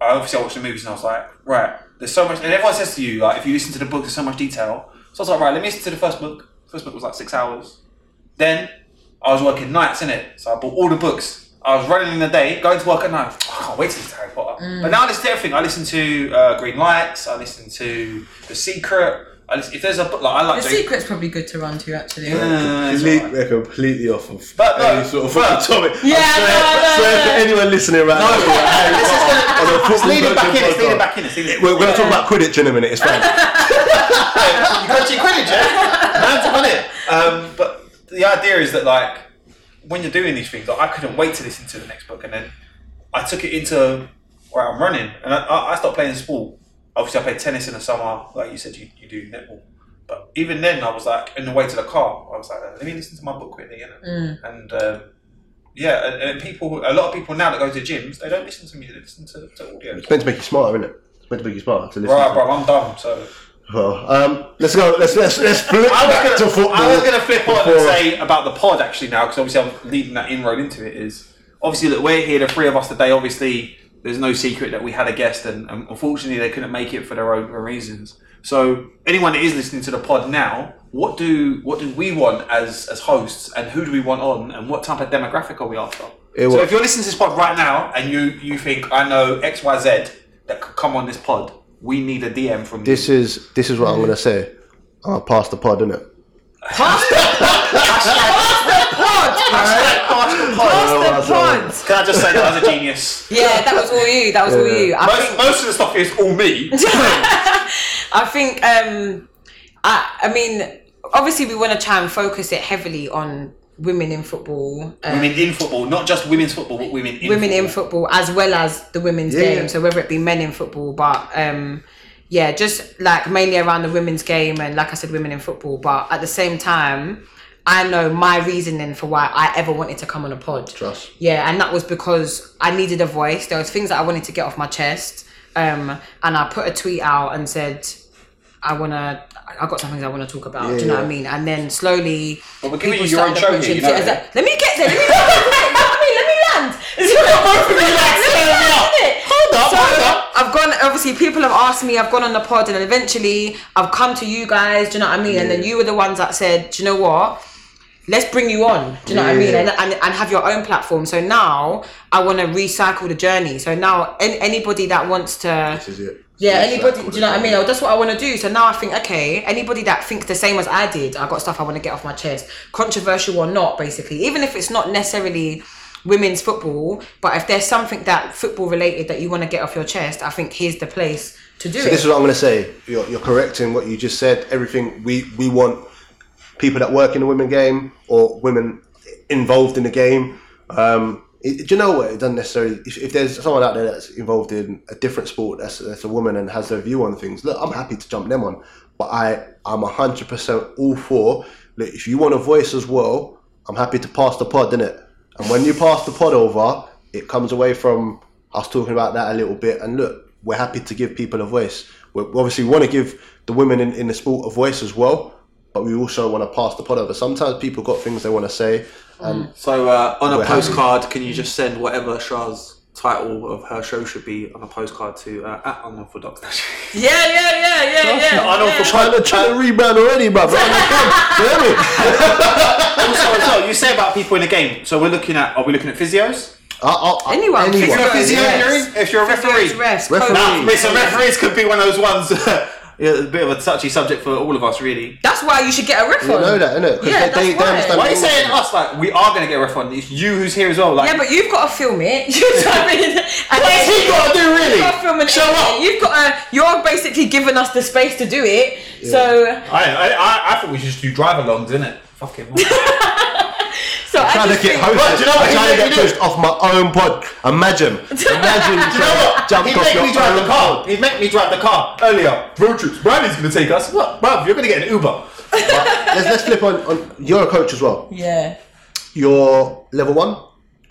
B: I obviously I watched the movies, and I was like, right, there's so much, and everyone says to you like, if you listen to the book, there's so much detail. So I was like, right, let me listen to the first book. First book was like six hours. Then I was working nights in it, so I bought all the books. I was running in the day, going to work at night. I can't wait to listen to Harry Potter. But now I listen to everything. I listen to uh, Green Lights. I listen to The Secret. I listen, if there's a book, like I
C: The
B: like. Jane-
C: Secret's probably good to run to actually.
B: Uh, it's
A: Complete-
B: alright.
A: We're completely off of
B: But no,
A: any sort of
B: but-
A: fucking topic.
C: Yeah,
A: I swear,
C: no, no,
A: I swear
C: no.
A: for anyone listening right now, we're Harry Potter on a football
B: Lean it back in.
A: coaching
B: It's lean
A: podcast.
B: it back in. It's lean it
A: We're, we're gonna talk about Quidditch in a minute. It's fine.
B: *laughs* you can't cheat Quidditch, eh? yeah? Man's on it. Um, but the idea is that, like, when you're doing these things, like, I couldn't wait to listen to the next book, and then I took it into where I'm running, and I- I, I stopped playing sport. Obviously, I played tennis in the summer, like you said, you, you do netball. But even then, I was like, on the way to the car, I was like, let me listen to my book quickly, you know? And um, yeah, and, and people, a lot of people now that go to gyms, they don't listen to music, they listen to, to audio.
A: It's meant to make you smarter, isn't it? It's meant to make you smarter to listen.
B: Right,
A: to.
B: bro, I'm dumb, so.
A: Well, um, let's go. Let's let's let's flip
B: I was
A: back
B: gonna,
A: to football.
B: I was gonna flip on and
A: before-
B: say about the pod actually now because obviously I'm leading that inroad into it. Is obviously that we're here, the three of us today. Obviously, there's no secret that we had a guest, and, and unfortunately they couldn't make it for their own reasons. So anyone that is listening to the pod now, what do what do we want as as hosts, and who do we want on, and what type of demographic are we after?
A: It
B: so
A: wa-
B: if you're listening to this pod right now and you you think I know X Y Z that could come on this pod, we need a DM from
A: This is this is what I'm gonna say. Uh, pass the pod, innit?
C: Pass the
A: well,
C: pod.
B: Can I just say that as a genius?
C: Yeah, that was all you. That was all you. I
B: Most, most of the stuff is all
C: *laughs*
B: me.
C: I think um I I mean obviously we want to try and focus it heavily on women in football. Um,
B: women in football, not just women's football, but women in
C: women
B: football.
C: in football as well as the women's
A: Yeah,
C: game
A: yeah.
C: so whether it be men in football but um yeah just like mainly around the women's game and like i said women in football but at the same time i know my reasoning for why i ever wanted to come on a pod
A: Trust.
C: yeah and that was because i needed a voice there was things that i wanted to get off my chest um and i put a tweet out and said i want to i got some things i want to talk about do you know what i mean and then slowly
B: But we're giving
C: people
B: you your own
C: started
B: show here, you
C: approaching-
B: know that.
C: Exact- let me get there. Let me land. Let me, let me
B: *laughs*
C: land. Let me land, innit? So, I've gone. Obviously, people have asked me. I've gone on the pod, and then eventually, I've come to you guys. Do you know what I mean? And then you were the ones that said, "Do you know what? Let's bring you on." Do you know what I mean? And, and and have your own platform. So now I want to recycle the journey. So now an anybody that wants to
A: This is it.
C: yeah,
A: This is
C: anybody,
A: like
C: do you know what I mean? Oh, that's what I want to do. So now I think, okay, anybody that thinks the same as I did, I got stuff I want to get off my chest, controversial or not, basically. Even if it's not necessarily women's football, but if there's something that football related that you want to get off your chest, I think here's the place to do
A: So
C: it.
A: this is what I'm gonna say. You're, you're correcting what you just said. Everything we we want people that work in the women game or women involved in the game. Um, it, do you know what? It doesn't necessarily. If, if there's someone out there that's involved in a different sport, that's, that's a woman and has their view on things. Look, I'm happy to jump them on, but I I'm hundred percent all for. Look, if you want a voice as well, I'm happy to pass the pod, innit? And when you pass the pod over, it comes away from I was talking about that a little bit, and look, we're happy to give people a voice. We obviously want to give the women in, in the sport a voice as well, but we also want to pass the pot over. Sometimes people got things they want to say, and
B: So uh, on a
A: We're happy.
B: postcard, can you just send whatever Shah's title of her show should be on a postcard to uh, at unorthodox?
C: Yeah, yeah, yeah, yeah, yeah.
B: unorthodox.
A: trying to trying to rebrand already, brother.
B: *laughs*
A: Damn it!
B: also, as well, Oh, you say about people in the game. So we're looking at are we looking at physios?
A: I- I- I-
C: Anyone.
A: anyone.
C: If you're a
B: physio,
A: Yeah.
B: you're in- if you're a
C: Referees,
B: referee.
C: refs,
A: Referee.
B: Nah,
C: coaches.
B: mate, so Ah, referees could be one of those ones. *laughs* yeah, a bit of a touchy subject for all of us, really.
C: That's why you should get a ref
A: You
C: on.
A: know that, innit? 'Cause
C: Yeah,
A: they, they,
C: that's
A: they understand
B: Why are you
C: why.
A: all of
B: saying
A: it.
B: us? Like we are going to get a ref on. It's you who's here as well. Like
C: Yeah, but you've got to film it. *laughs* You know what I mean? And
B: what's he got to do
C: *laughs* You've got to film
B: really?
C: an
B: Show
C: edit.
B: up.
C: You've got to, you're basically giving us the space to do it. So,
B: I, I, I, I think we should just do drive alongs, innit? Fucking.
C: so I
A: Trying to
C: just
A: get hosted.
C: think,
B: Right, do you know
A: I'm
B: what he
A: trying to
B: made
A: get
B: me do?
A: pushed off my own pod.
B: *laughs*
A: Imagine, imagine trying to jump
B: He
A: off
B: made
A: your
B: me drive
A: own
B: the car. He made me drive the car earlier. Road trips. Bradley's gonna take us. What, bruv? You're gonna get an Uber.
A: But let's, let's flip on, on. You're a coach as well.
C: yeah,
A: You're level one,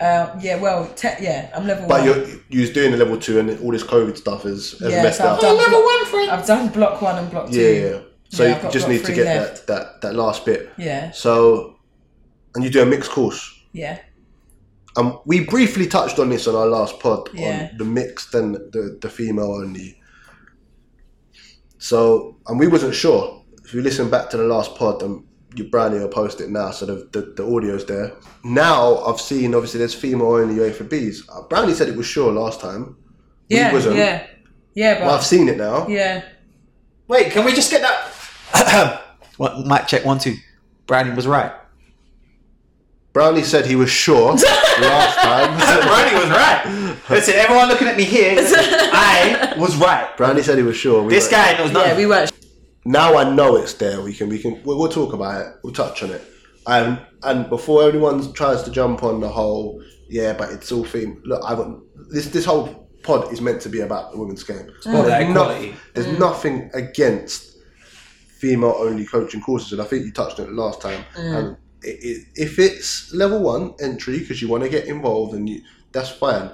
C: uh, yeah. Well, te- yeah, I'm level
A: but
C: one.
A: you're you was doing the level two, and all this COVID stuff is has
C: yeah,
A: messed
C: so I've
A: up.
C: done block- I've done block one and block
A: Yeah,
C: two.
A: yeah. yeah. So
C: Yeah, I've
A: you
C: got-
A: just
C: got
A: need to
C: three
A: get that,
C: left.
A: that that last bit.
C: Yeah,
A: So, and you do a mixed course.
C: yeah,
A: um, we briefly touched on this on our last pod
C: Yeah.
A: on the mixed and the, the female only. So, and we wasn't sure. If you listen back to the last pod, and your brownie will post it now, so the, the, the audio's there. Now I've seen, obviously, there's female only UEFA Bs. Uh, Brownie said it was sure last time.
C: yeah,
A: wasn't.
C: yeah, yeah. But
A: Well, I've seen it now.
C: yeah,
B: *laughs* Wait, can we just get that? *clears throat* what, mic check one two. Bradley was right.
A: Brownie said he was sure last time.
B: *laughs* Bradley was right. Listen, everyone looking at me
E: *laughs*
B: here. listen, I was right.
A: Brownie said he was sure. We
B: This
A: were-
B: guy knows
C: yeah.
B: nothing.
C: We weren't.
A: now I know it's there. We can we can we'll, we'll talk about it. We'll touch on it. And and before anyone tries to jump on the whole, yeah, but it's all theme. Look, I got this. This whole pod is meant to be about the women's game.
B: about
A: There's
B: that
A: no-
B: equality.
A: there's nothing against female-only coaching courses, and I think you touched on it last time. And it, it, if it's level one entry because you want to get involved, and you, that's fine.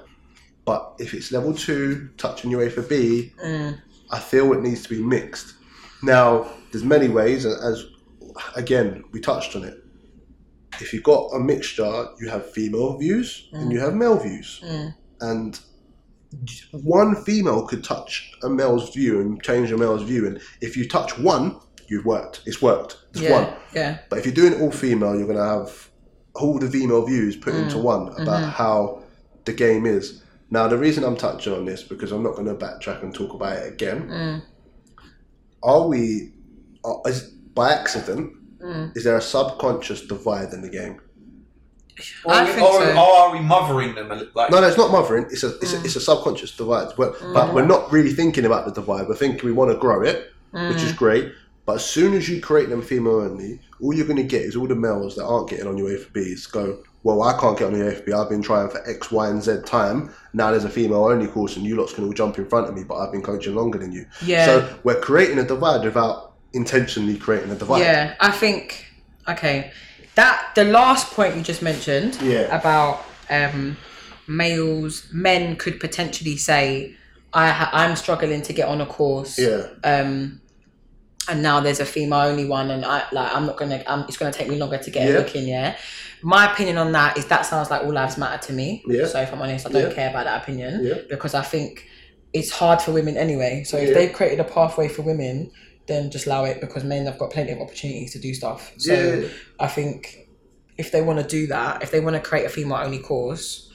A: But if it's level two, touching your A for B, I feel it needs to be mixed. Now, there's many ways, and as again we touched on it. If you've got a mixture, you have female views and you have male views, and one female could touch a male's view and change a male's view, and if you touch one, you've worked. It's worked. It's
C: Yeah,
A: one.
C: yeah,
A: But if you're doing all female, you're going to have all the female views put into one about how the game is. Now, the reason I'm touching on this because I'm not going to backtrack and talk about it again. Are we, are, is, by accident, is there a subconscious divide in the game?
B: Or,
C: I
B: we-
C: think
B: or-
C: so.
B: or are we mothering them? a li- Like,
A: No, no, it's not mothering. It's a it's,
C: Mm.
A: a, it's a subconscious divide. But, but we're not really thinking about the divide. We're thinking we want to grow it, which
C: Mm.
A: is great. But as soon as you create them female only, all you're going to get is all the males that aren't getting on your AFBs go. Well, I can't get on your AFB. I've been trying for X, Y, and Z time. Now there's a female only course, and you lots can all jump in front of me. But I've been coaching longer than you.
C: Yeah.
A: So we're creating a divide without intentionally creating a divide.
C: yeah. I think okay. That the last point you just mentioned
A: Yeah.
C: about um, males, men could potentially say, "I ha- I'm struggling to get on a course."
A: Yeah.
C: um and now there's a female only one and i like i'm not gonna um, it's gonna take me longer to get
A: Yeah.
C: a look in yeah my opinion on that is that sounds like all lives matter to me
A: Yeah.
C: so if i'm honest i don't
A: Yeah.
C: care about that opinion
A: Yeah.
C: because i think it's hard for women anyway so if
A: Yeah.
C: they've created a pathway for women then just allow it because men have got plenty of opportunities to do stuff so
A: Yeah.
C: i think if they want to do that if they want to create a female only course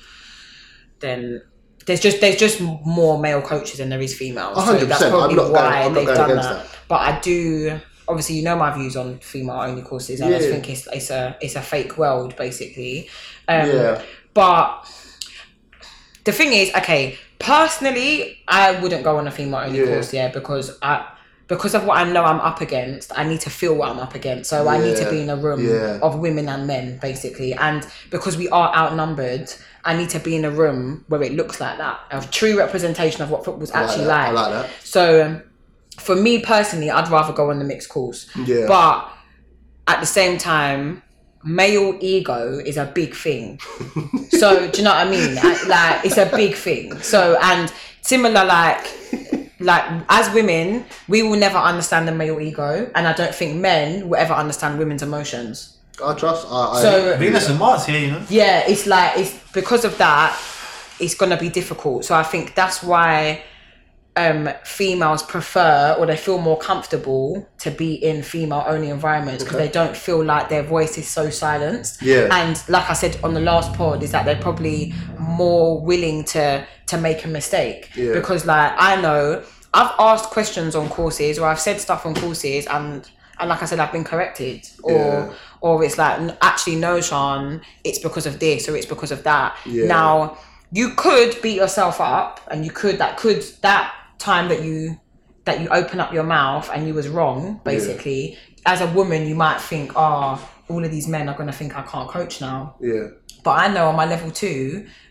C: then there's just there's just more male coaches than there is female.
A: A hundred percent. I'm not going- I'm not going against that.
C: But I do obviously you know my views on female only courses. I just
A: Yeah.
C: think it's it's a it's a fake world basically. Um,
A: Yeah.
C: But the thing is, okay, personally, I wouldn't go on a female only
A: Yeah.
C: course, yeah, because I. Because of what I know I'm up against, I need to feel what I'm up against. So I need to
A: Yeah.
C: be in a room
A: Yeah.
C: of women and men, basically. And because we are outnumbered, I need to be in a room where it looks like that a true representation of what football's
A: I like
C: actually
A: that. I
C: like.
A: like that.
C: So um, for me personally, I'd rather go on the mixed course.
A: Yeah.
C: But at the same time, male ego is a big thing. so do you know what I mean? Like, like it's a big thing. So and similar like like as women, we will never understand the male ego, and I don't think men will ever understand women's emotions.
A: I trust. I, I,
C: So-
B: I think there's some marks here, you know.
C: Yeah, it's like it's because of that, it's gonna be difficult. So I think that's why um females prefer or they feel more comfortable to be in female only environments because they don't feel like their voice is so silenced.
A: Yeah.
C: And like I said on the last pod, is that they're probably more willing to to make a mistake.
A: Yeah.
C: Because like I know I've asked questions on courses or I've said stuff on courses and and like I said, I've been corrected, or
A: Yeah.
C: or it's like "N- actually no, Sean, it's because of this or it's because of that.
A: Yeah.
C: Now you could beat yourself up, and you could that could that time that you that you open up your mouth and you was wrong basically. As a woman, you might think, oh, all of these men are gonna think I can't coach now.
A: yeah.
C: But I know on my level two,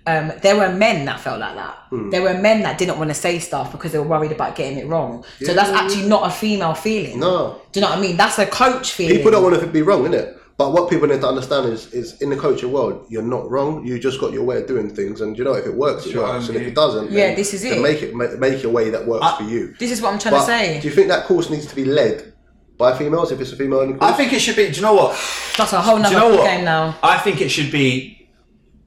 C: um, there were men that felt like that.
A: Hmm.
C: There were men that didn't want to say stuff because they were worried about getting it wrong. So that's actually not a female feeling.
A: No.
C: Do you know what I mean? That's a coach feeling.
A: People don't want to be wrong, innit? But what people need to understand is, is in the coaching world, you're not wrong. You just got your way of doing things, and you know if it works, it
E: your
A: works,
E: own
A: and if
E: view.
A: it doesn't,
C: Yeah,
A: then-
C: this is
A: then
C: it.
A: Make it make, make your way that works for you.
C: This is what I'm trying
A: But
C: to say.
A: do you think that course needs to be led by females if it's a female only course?
B: I think it should be. Do you know what?
C: That's a whole
B: Do
C: nother
B: you know what?
C: game now.
B: I think it should be.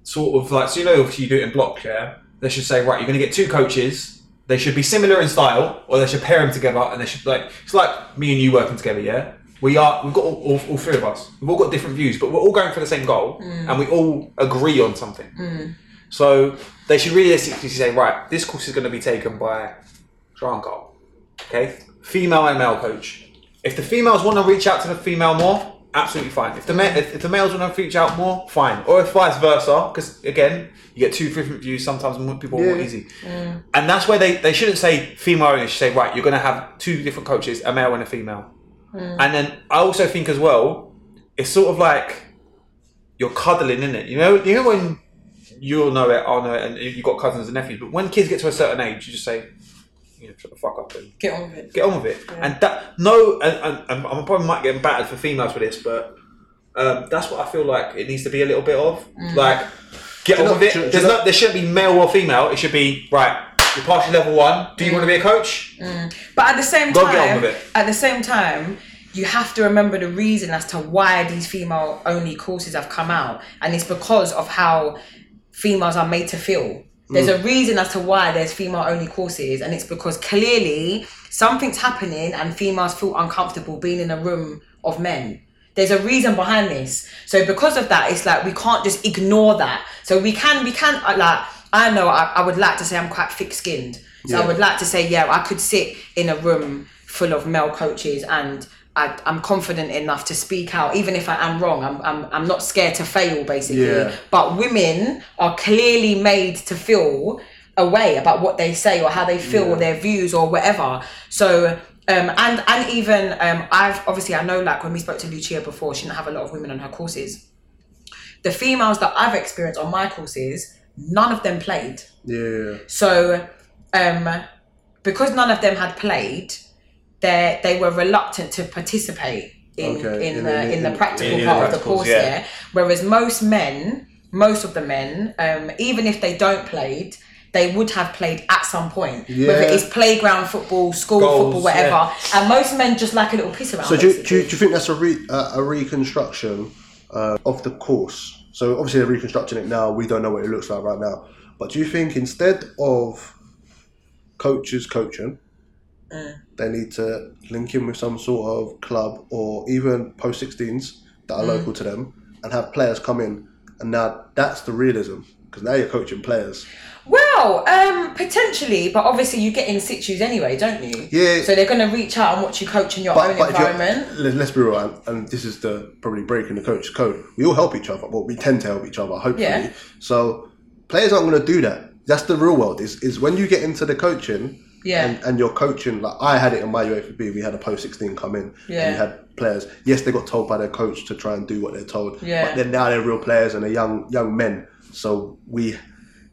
E: sort of like so you know if you do it in blocks yeah they should say right you're going to get two coaches they should be similar in style or they should pair them together and they should like it's like me and you working together yeah we are we've got all, all, all three of us we've all got different views but we're all going for the same goal
C: Mm.
E: and we all agree on something so they should realistically say right this course is going to be taken by Drankar okay female and male coach if the females want to reach out to the female more, absolutely fine. If the ma- if, if the males want to reach out more, fine. Or if vice versa, because again, you get two different views. Sometimes more people are more
A: Yeah.
E: easy, and that's where they, they shouldn't say female. only, They should say right, you're going to have two different coaches, a male and a female. And then I also think as well, it's sort of like you're cuddling in it. You know, you know when you'll know it, I'll know it, and you've got cousins and nephews. But when kids get to a certain age, you just say, you know, shut the fuck up and
C: Get on with it.
E: get on with it. And that no, and, and, and I'm probably might get battered for females with this, but um, that's what I feel like it needs to be a little bit of. Like, get
A: Do you
E: on
A: know-
E: with it.
A: do you- do
E: There's
A: you
E: no,
A: know-
E: there shouldn't be male or female. It should be right. You're partially level one. Do you want to be a coach?
C: But at the same
E: Go
C: time,
E: get on with it.
C: at the same time, you have to remember the reason as to why these female-only courses have come out, and it's because of how females are made to feel. There's a reason as to why there's female-only courses, and it's because clearly something's happening, and females feel uncomfortable being in a room of men. There's a reason behind this. So because of that, it's like we can't just ignore that. So we can, we can uh, like I know I, I would like to say I'm quite thick-skinned. So I would like to say yeah, I could sit in a room full of male coaches and. I, I'm confident enough to speak out, even if I am wrong. I'm, I'm, I'm not scared to fail, basically.
A: Yeah.
C: But women are clearly made to feel a way about what they say or how they feel or their views or whatever. So um, and and even um, I've obviously I know like when we spoke to Lucia before, she didn't have a lot of women on her courses. The females that I've experienced on my courses, none of them played.
A: yeah,
C: So, um, because none of them had played, they they were reluctant to participate in
A: Okay,
C: in,
A: in
C: the
A: the-
C: in the
A: in-
C: practical
B: in the
C: part of the
B: practicals,
C: course.
B: yeah.
C: Yeah. Whereas most men, most of the men, um, even if they don't played. They would have played at some point,
A: Yeah.
C: whether it's playground football, school
E: Goals,
C: football, whatever. And most men just like a little piss around.
A: So do, you- do,
C: basically.
A: you- do you think that's a re, uh, a reconstruction uh, of the course? So obviously they're reconstructing it now. We don't know what it looks like right now. But do you think instead of coaches coaching, they need to link in with some sort of club or even post 16s that are local to them and have players come in? And now that's the realism because now you're coaching players.
C: Well, um, potentially, but obviously you get in situs anyway, don't you?
A: Yeah.
C: So they're going to reach out and watch you coach in your own
A: if you're-
C: environment.
A: let- let's be real, and, and this is the probably breaking the coach's code. We all help each other. Well, we tend to help each other, hopefully.
C: Yeah.
A: So players aren't going to do that. That's the real world. Is is when you get into the coaching.
C: Yeah.
A: And, and you're coaching like I had it in my UFB. We had a post sixteen come in.
C: Yeah.
A: And you had players. Yes, they got told by their coach to try and do what they're told.
C: Yeah.
A: But then now they're real players and they're young young men. So we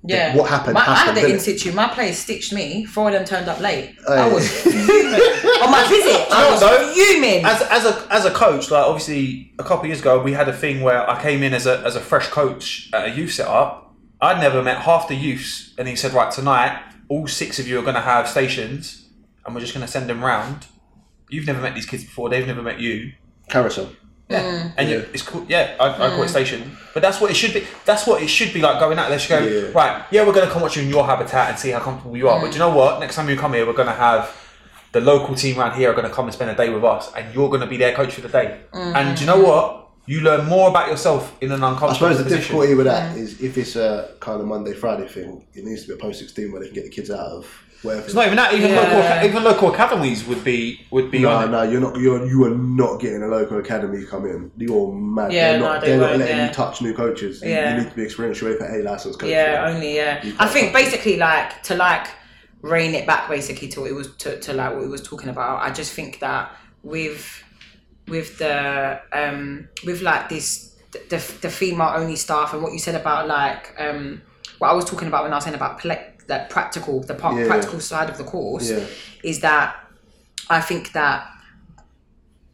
C: Yeah.
A: what happened happened.
C: My, I had it in
A: didn't it?
C: situ. My players stitched me. Four of them turned up late.
A: Oh,
C: I
A: yeah.
C: was *laughs* fuming. on my visit. I
E: No,
C: was
E: no.
C: fuming.
B: as, as a as a coach, like obviously a couple of years ago, we had a thing where I came in as a as a fresh coach at a youth setup. I'd never met half the youths, and he said, "Right tonight, all six of you are going to have stations, and we're just going to send them round. You've never met these kids before; they've never met you.
A: Carousel.
B: And You, it's cool. Yeah, I, I call it station, but that's what it should be. That's what it should be like going out. They should go
A: Yeah.
B: right. Yeah, we're going to come watch you in your habitat and see how comfortable you are. But do you know what? Next time you come here, we're going to have the local team around here are going to come and spend a day with us, and you're going to be their coach for the day. And do you know what? You learn more about yourself in an uncomfortable
A: I suppose the
B: position.
A: difficulty with that is if it's a kind of Monday Friday thing, it needs to be a post sixteen where they can get the kids out of wherever.
B: It's not even that. Even
C: Yeah.
B: local, aca- even local academies would be would be
A: no,
B: on. it.
A: no, you're not. You're you are not getting a local academy come in. You're mad.
C: Yeah,
A: they're
C: no,
A: not,
C: they
A: they're not
C: won't,
A: letting
C: yeah.
A: you touch new coaches. You-
C: Yeah.
A: You need to be experienced UEFA A license coach.
C: yeah, only yeah.
A: You've
C: I
A: got-
C: think basically like to like rein it back basically to what it was to, to like what we was talking about. I just think that with with the um with like this the, the female only staff and what you said about like um what I was talking about when I was saying about pla- that practical the part,
A: Yeah, yeah.
C: practical side of the course
A: Yeah.
C: is that I think that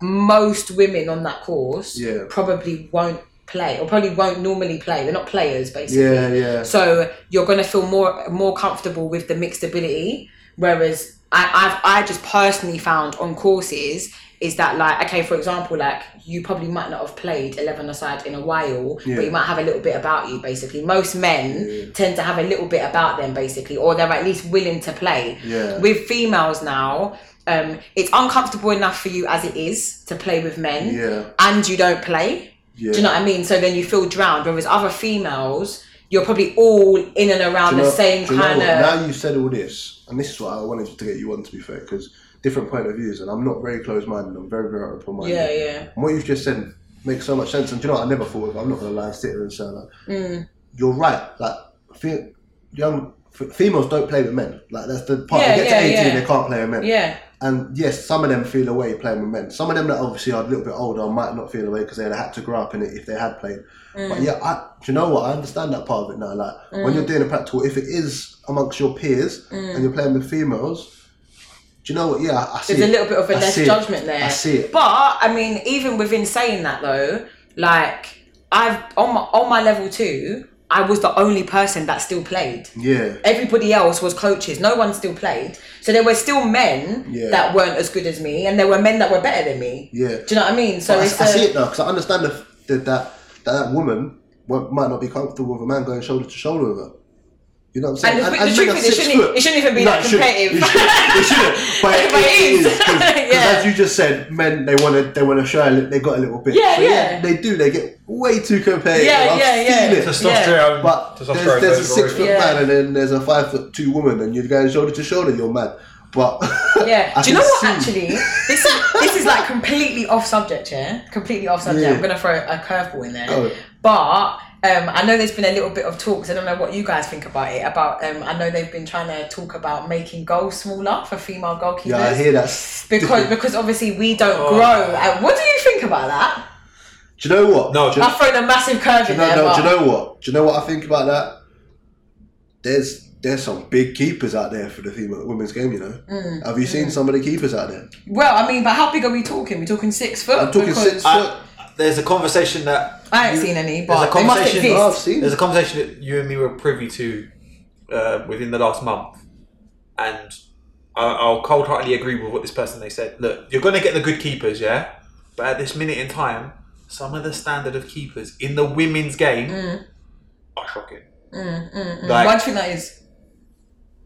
C: most women on that course
A: Yeah.
C: probably won't play or probably won't normally play. They're not players basically.
A: Yeah, yeah.
C: So you're gonna feel more more comfortable with the mixed ability. Whereas I, I've I just personally found on courses is that like okay, for example, like you probably might not have played eleven aside in a while,
A: Yeah.
C: but you might have a little bit about you basically. Most men tend to have a little bit about them basically, or they're at least willing to play.
A: Yeah.
C: With females now, um, it's uncomfortable enough for you as it is to play with men
A: Yeah.
C: and you don't play.
A: Yeah.
C: Do you know what I mean? So then you feel drowned. Whereas other females, you're probably all in and around
A: Do you
C: the
A: know-
C: same
A: do you know
C: kind
A: what?
C: of.
A: Now you said all this, and this is what I wanted to get you on. To be fair, because different point of views, and I'm not very closed-minded. I'm very, very open-minded.
C: Yeah, yeah.
A: And what you've just said makes so much sense. And do you know what? I never thought of. it. I'm not gonna lie and sit here and say that.
C: Mm.
A: You're right. Like fe- young f- females don't play with men. Like that's the part.
C: Yeah,
A: they get
C: yeah,
A: to 18,
C: yeah.
A: they can't play with men.
C: Yeah,
A: And yes, some of them feel away playing with men. Some of them that obviously are a little bit older might not feel away because they'd have had to grow up in it if they had played.
C: Mm.
A: But yeah, I, do you know what? I understand that part of it now. Like when you're doing a practical, if it is amongst your peers and you're playing with females, do you know what? Yeah, I see.
C: Mm. there's a
A: it.
C: little bit of a
A: I
C: less
A: see it.
C: judgment there.
A: I see it.
C: But I mean, even within saying that though, like I've on my on my level two, I was the only person that still played.
A: Yeah,
C: Everybody else was coaches. No one still played. So there were still men
A: Yeah.
C: that weren't as good as me, and there were men that were better than me.
A: yeah.
C: Do you know what I mean? So
A: I,
C: it's
A: I
C: a-
A: see it now because I understand the, the, that, that that woman wa- might not be comfortable with a man going shoulder to shoulder with her. You know what I'm saying?
C: And the, the
A: men
C: truth
A: are
C: is, it
A: six
C: shouldn't,
A: foot.
C: it shouldn't even be
A: No,
C: that
A: it shouldn't.
C: competitive.
A: It shouldn't. It
C: *laughs*
A: shouldn't. But it,
C: But it
A: it
C: is. *laughs*
A: is. Because
C: Yeah.
A: as you just said, men they want to they want to show a li- they got a little bit.
C: Yeah,
A: So
C: yeah.
A: They do. They get way too competitive.
C: Yeah,
A: I've
C: yeah, yeah.
A: seen it.
B: Testosterone,
A: But there's,
B: testosterone
A: there's a
B: goes
A: six
B: over
A: foot
B: it.
C: Yeah.
A: man and then there's a five foot two woman and you're going shoulder to shoulder. You're mad. But
C: yeah.
A: *laughs* I
C: Do you know
A: can
C: what?
A: see-
C: Actually, this is this is like completely off subject. Yeah, completely off subject.
A: Yeah.
C: I'm gonna throw a curveball in there.
A: Go.
C: But um, I know there's been a little bit of talks. I don't know what you guys think about it. About um, I know they've been trying to talk about making goals smaller for female goalkeepers.
A: Yeah, I hear that.
C: Because because obviously we don't grow. And what do you think about that?
A: Do you know what?
B: No,
A: Do you-
C: I've thrown a massive curve in
A: No,
C: there.
A: no.
C: but-
A: Do you know what? Do you know what I think about that? There's there's some big keepers out there for the female women's game. You know,
C: Mm.
A: have you seen some of the keepers out there?
C: Well, I mean, but how big are we talking? We're talking six foot.
A: I'm talking
C: Because
A: six foot.
E: I, there's a conversation that
C: I ain't seen any,
E: there's
C: but
E: a
C: they must
E: conversation-
C: exist.
A: Oh, I've seen.
E: there's a conversation that you and me were privy to uh, within the last month, and I, I'll cold-heartedly agree with what this person they said. Look, you're going to get the good keepers, yeah, but at this minute in time, some of the standard of keepers in the women's game
C: Mm.
E: are shocking. Like,
C: One thing that is,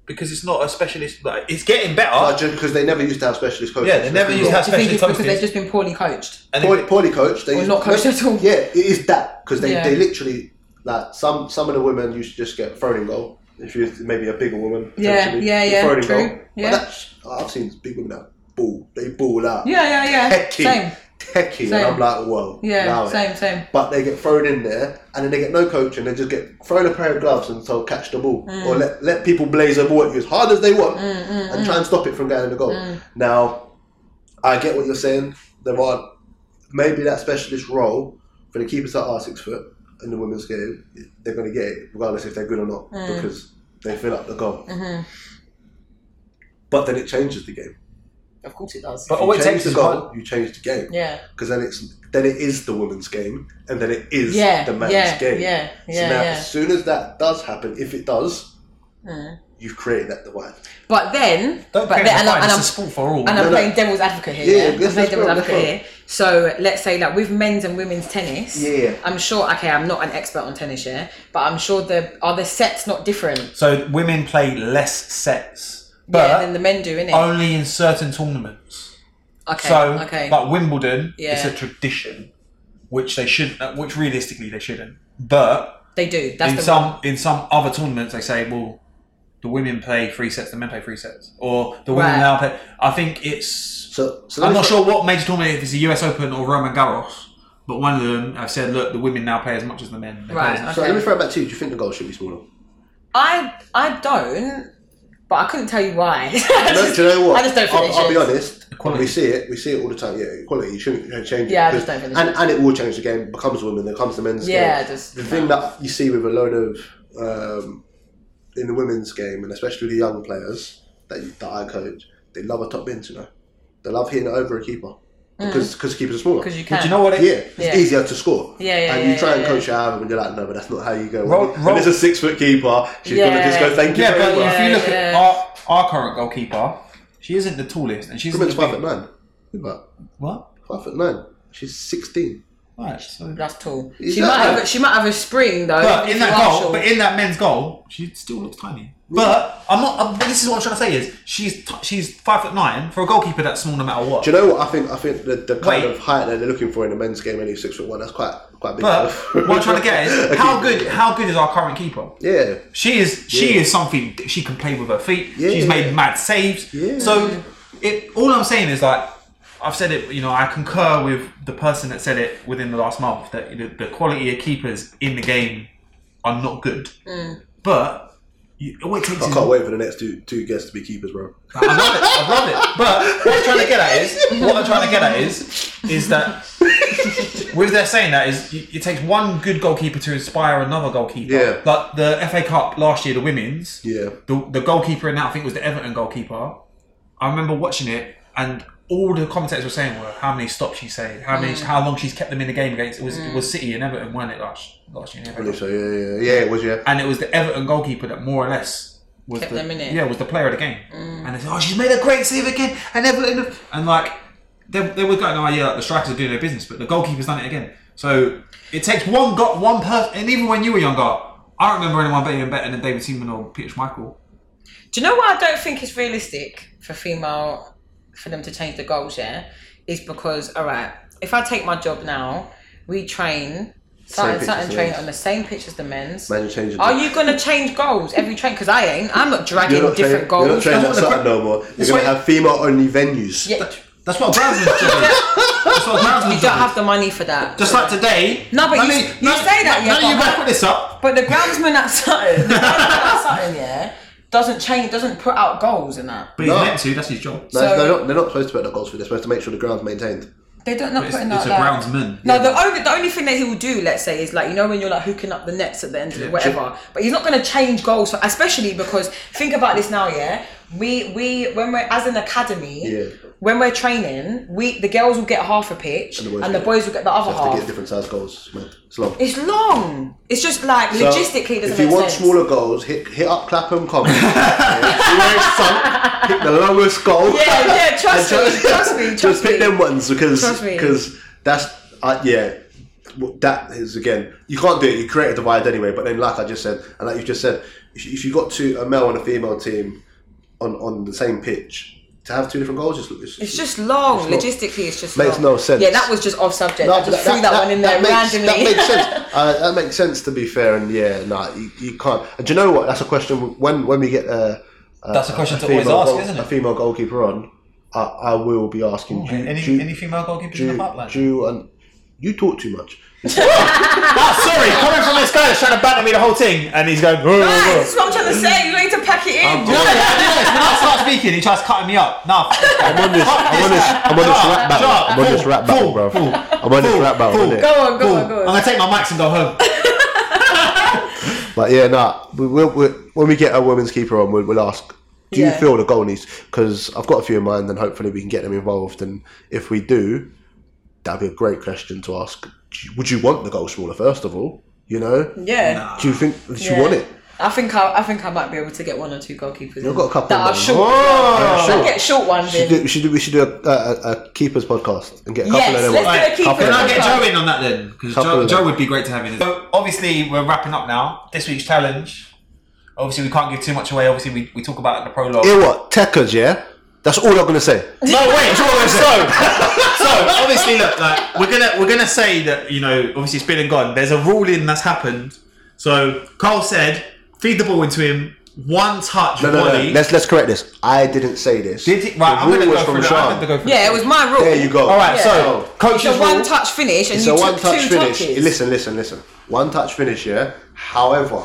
E: because it's not a specialist. Like, it's getting better.
A: Oh, just because they never used to have specialist coaches.
E: Yeah, they never used to have
C: do you think
E: specialist
C: it's because they've
E: coaches.
C: just been poorly coached?
E: And
A: poorly,
E: it-
A: poorly coached. They
C: Or
A: used-
C: not coached at all.
A: Yeah, it is that because they,
C: Yeah.
A: they literally like some some of the women used to just get thrown in goal. If you maybe a bigger woman,
C: Yeah,
A: potentially,
C: yeah,
A: you're
C: yeah,
A: thrown in
C: true,
A: goal.
C: yeah.
A: But that's, I've seen big women that ball, they ball out, *laughs*
C: Yeah, yeah, yeah.
A: techie,
C: Same.
A: techie, and
C: Same.
A: I'm like, whoa,
C: Yeah,
A: allow it.
C: same, same.
A: but they get thrown in there and then they get no coaching. They just get thrown a pair of gloves and told catch the ball
C: Mm.
A: or let, let people blaze a ball at you as hard as they want and try and stop it from going in the goal.
C: Mm.
A: Now, I get what you're saying. There are maybe that specialist role for the keepers that are six foot in the women's game, they're going to get it regardless if they're good or not
C: Mm.
A: because they fill up the goal.
C: Mm-hmm.
A: But then it changes the game.
C: Of course it does.
A: If
E: all it
A: you
E: takes
A: change the
E: is
A: goal, you change the game
C: yeah.
A: because then it's then it is the women's game and then it is
C: Yeah.
A: the man's
C: yeah,
A: game.
C: Yeah.
A: so
C: Yeah.
A: now,
C: yeah.
A: as soon as that does happen, if it does,
C: Mm.
A: you've created that divide.
C: But then,
E: Don't
C: but
E: pay
C: then,
E: the
C: and, I,
E: fine,
C: and
E: it's
C: I'm
E: a sport for all.
C: and
A: No,
C: I'm
A: no.
C: playing devil's advocate here.
A: Yeah,
C: Yeah,
A: that's-
C: I'm playing
A: that's
C: devil's
A: right, that's
C: advocate here. So let's say, like with men's and women's tennis,
A: Yeah.
C: I'm sure. Okay, I'm not an expert on tennis, yeah, but I'm sure the are the sets not different
E: So women play less sets,
C: yeah,
E: but
C: than the men do, innit?
E: only in certain tournaments.
C: okay,
E: so,
C: okay,
E: like Wimbledon,
C: Yeah.
E: it's a tradition, which they shouldn't. uh, Which realistically they shouldn't. But
C: they do. That's
E: in
C: the
E: some in some other tournaments, they say, well, the women play three sets, the men play three sets, or the women
C: Right.
E: now play. I think it's
A: So, so let
E: I'm
A: me-
E: not sure what major tournament if it's the US Open or Roland Garros, but one of them have said, look, the women now play as much as the men. They
C: *laughs*
E: play
C: Right,
E: as much-
A: So
C: Okay.
A: let me throw it back to you. Do you think the goal should be smaller?
C: I I don't, but I couldn't tell you why. *laughs* I
A: No,
C: just-
A: do you know what?
C: I just don't think
A: I'll,
C: it
A: I'll be
C: should.
A: honest.
E: Equality.
A: We see it. We see it all the time. Yeah, equality. You shouldn't uh, change it.
C: Yeah, I just
A: because-
C: don't think it
A: and, and it will change the game. It becomes women. It becomes the men's
C: Yeah,
A: game.
C: just-
A: the thing that you see with a load of um, in the women's game, and especially the young players that, you, that I coach, they love a top bin. You know, they love hitting it over a keeper because because keepers are smaller.
C: Mm. because you
E: But
C: can.
E: you know what? It,
A: Yeah, it's
C: Yeah.
A: easier to score.
C: Yeah, yeah,
A: And you
C: yeah,
A: try and
C: yeah,
A: coach her out of it, and you're like, no, but that's not how you go.
E: Roll-
A: when
E: roll-
A: there's a six foot keeper, she's gonna
C: Yeah.
A: just go, thank you
E: Yeah,
A: very
E: but
A: much.
E: if you look at
C: yeah.
E: our, our current goalkeeper, she isn't the tallest, and she's
A: Women's
E: the
A: five
E: big,
A: foot nine. Think about it.
E: what?
A: Five foot nine. She's sixteen.
E: Right. So.
C: That's tall.
A: Is
C: She
A: that
C: might
A: right?
C: have a, she might have a spring though.
E: But
C: if
E: in
C: you
E: that
C: are
E: goal,
C: short.
E: but in that men's goal, she still looks tiny. But I'm not. I'm, this is what I'm trying to say is she's t- she's five foot nine for a goalkeeper that's small no matter what.
A: Do you know what I think? I think the, the kind
E: Wait.
A: of height that they're looking for in a men's game, only six foot one. That's quite quite big.
E: But
A: *laughs*
E: what I'm trying to get is how good how good is our current keeper?
A: Yeah,
E: She is she
A: Yeah.
E: is something that she can play with her feet.
A: Yeah.
E: She's made mad saves.
A: Yeah.
E: So it all I'm saying is like I've said it, you know, I concur with the person that said it within the last month that the, the quality of keepers in the game are not good. But you, all it takes
A: Mm. I
E: is
A: can't wait for the next two two guests to be keepers, bro.
E: I love it. I love it. But what I'm trying to get at is, what I'm trying to get at is, is that with their saying that is, y- it takes one good goalkeeper to inspire another goalkeeper.
A: Yeah.
E: Like the FA Cup last year, the women's.
A: Yeah.
E: The the goalkeeper in that I think was the Everton goalkeeper. I remember watching it and. All the commentators were saying were how many stops she saved, how many, how long she's kept them in the game against. It was it was City and Everton, weren't it last last year? in the FA
A: I
E: Cup?
A: think so. Yeah, yeah, yeah. It was yeah.
E: and it was the Everton goalkeeper that more or less was
C: Kept
E: the,
C: them in it. Mm.
E: yeah was the player of the game. And they said, "Oh, she's made a great save again." And Everton have-" and like they, they were going, "Oh yeah, like, the strikers are doing their business, but the goalkeeper's done it again." So it takes one got one person, and even when you were younger, I don't remember anyone being better than David Seaman or Peter Schmeichel.
C: Do you know what I don't think is realistic for female for them to change the goals? Yeah, is because all right, if I take my job now, we train, start,
A: pitch
C: start
A: as
C: and
A: the
C: train
A: men's.
C: on the same pitch as the men's.
A: Man, you're changing.
C: Are
A: that.
C: you gonna change goals every train? Because I ain't. I'm not dragging
A: You're not
C: different
A: training. You're not
C: goals.
A: training
E: That's
A: that
E: what
A: side
E: the
A: no more. You're gonna
E: why-
A: have female only venues.
C: Yeah,
E: That's what Brownsman's job is. That's
C: *laughs*
E: what
C: you don't
E: Brownsman's job is.
C: have the money for that.
E: Just like today.
C: No, but
E: none
C: you-
E: of
C: you
E: none-
C: say that, yeah,
E: None of
C: but
E: you guys
C: I-
E: put this up.
C: but the groundsman at Sutton, the groundsman at Sutton, yeah, doesn't change, doesn't put out goals and that.
E: But
A: No.
E: he's meant to. That's his job.
A: No,
C: So-
A: they're not. They're not supposed to put the goals for. They're supposed to make sure the ground's maintained.
C: They don't not
E: It's,
C: putting out
E: it's a
C: like-
E: groundsman.
C: No, the only the only thing that he will do, let's say, is like you know when you're like hooking up the nets at the end of it, whatever. But he's not going to change goals, for, especially because think about this now, yeah. We we when we're as an academy,
A: Yeah.
C: when we're training, we the girls will get half a pitch and the
A: boys
C: boys,
A: get-
C: will get the other
A: They have to
C: half.
A: get different size goals, man. It's long.
C: Oh. it's long. It's just like
A: So,
C: logistically it doesn't
A: if you
C: make
A: want
C: sense.
A: smaller goals, hit hit up Clapham Common. *laughs* yeah, you ain't sunk, hit the lowest goal.
C: *laughs*
A: *laughs*
C: Yeah, yeah. Trust
A: And
C: me, trust me, trust
A: just
C: me.
A: pick them ones because
C: Trust me.
A: because that's uh, yeah. Well, That is again, you can't do it. You create a divide anyway. But then, like I just said, and like you just said, if you- if you got two a male and a female team on on the same pitch to have two different goals, just it's,
C: It's just long.
A: not-
C: Logistically, it's just
A: makes
C: long.
A: no sense.
C: Yeah, that was just off subject. I just threw that, one in there
A: makes,
C: randomly.
A: That
C: *laughs*
A: makes sense. Uh, that makes sense to be fair. And yeah, no, you, you can't. And do you know what? That's a question. When when we get a, a
E: That's a question to
A: female
E: always ask,
A: goal-
E: isn't
A: A
E: it? Oh,
A: female goalkeeper on, I, I will be asking. do, you-
E: Any,
A: do, you-
E: any female goalkeepers
A: do,
E: in
A: you-
E: the pipeline?
A: do you- and you talk too
E: *laughs*
A: much.
E: Ah, sorry, coming from this guy that's trying to banter me the whole thing, and he's going. "Whoa, whoa,
C: Guys,
E: whoa."
B: *laughs*
C: Ah, this is what I'm trying to say. You need to pack it in.
E: No, no, no, no, when I start speaking, he tries cutting me up.
B: *laughs*
E: Nah, fuck this guy.
A: I'm on this. I'm on this. I'm on this rap battle. I'm on this rap battle, bro. I'm on this rap battle.
E: Fool.
A: innit?
C: Go on, go
E: Cool.
C: on, go on.
E: I'm gonna take my mics and go home.
A: But yeah, nah. We will we, when we get a women's keeper on, we'll, we'll ask. Do you
C: Yeah.
A: feel the goal needs? Because I've got a few in mind, and hopefully we can get them involved. And if we do, that'd be a great question to ask. Do you- Would you want the goal smaller first of all? You know,
C: Yeah.
A: do you think do
C: Yeah.
A: you want it?
C: I think I, I think I might be able to get one or two goalkeepers. in
A: got a couple
C: that
A: of
C: are
A: them. Oh.
C: short.
A: Yeah,
C: Let's
A: sure.
C: get short
A: We
C: ones
A: should,
C: in.
A: do, we should do. We should do a, a, a keepers podcast and get a couple
C: Yes,
A: of them.
C: let's
A: on.
C: do a keepers
E: Can I
A: Couple
E: get
A: of them.
E: Joe in on that then? Because
A: Couple
E: Joe,
A: of
E: Joe
A: them.
E: would be great to have in. So obviously we're wrapping up now. This week's challenge. Obviously we can't give too much away. Obviously we, we talk about it in the prologue.
A: Hear what? Techers, yeah. That's all I'm gonna say.
D: No, wait.
E: *laughs* so obviously, look, like we're gonna we're gonna say that you know, obviously it's been and gone. There's a ruling that's happened. So Carl said, feed the ball into him, one touch
A: No, no, no.
E: volley.
A: Let's let's correct this. I didn't say this.
E: Did he- right,
A: The
E: I'm
A: rule
E: gonna go
A: was
E: through.
A: from
E: the- I'm gonna
A: Sean.
E: go through.
C: Yeah,
E: *laughs*
C: it was my rule.
A: There you go.
E: All right,
C: Yeah.
E: so
C: It's
E: coach's
C: a
E: rule.
C: one touch finish, and
A: It's
C: you
A: a
C: took
A: one touch
C: two
A: finish.
C: touches.
A: Listen, listen, listen. One touch finish, yeah. However,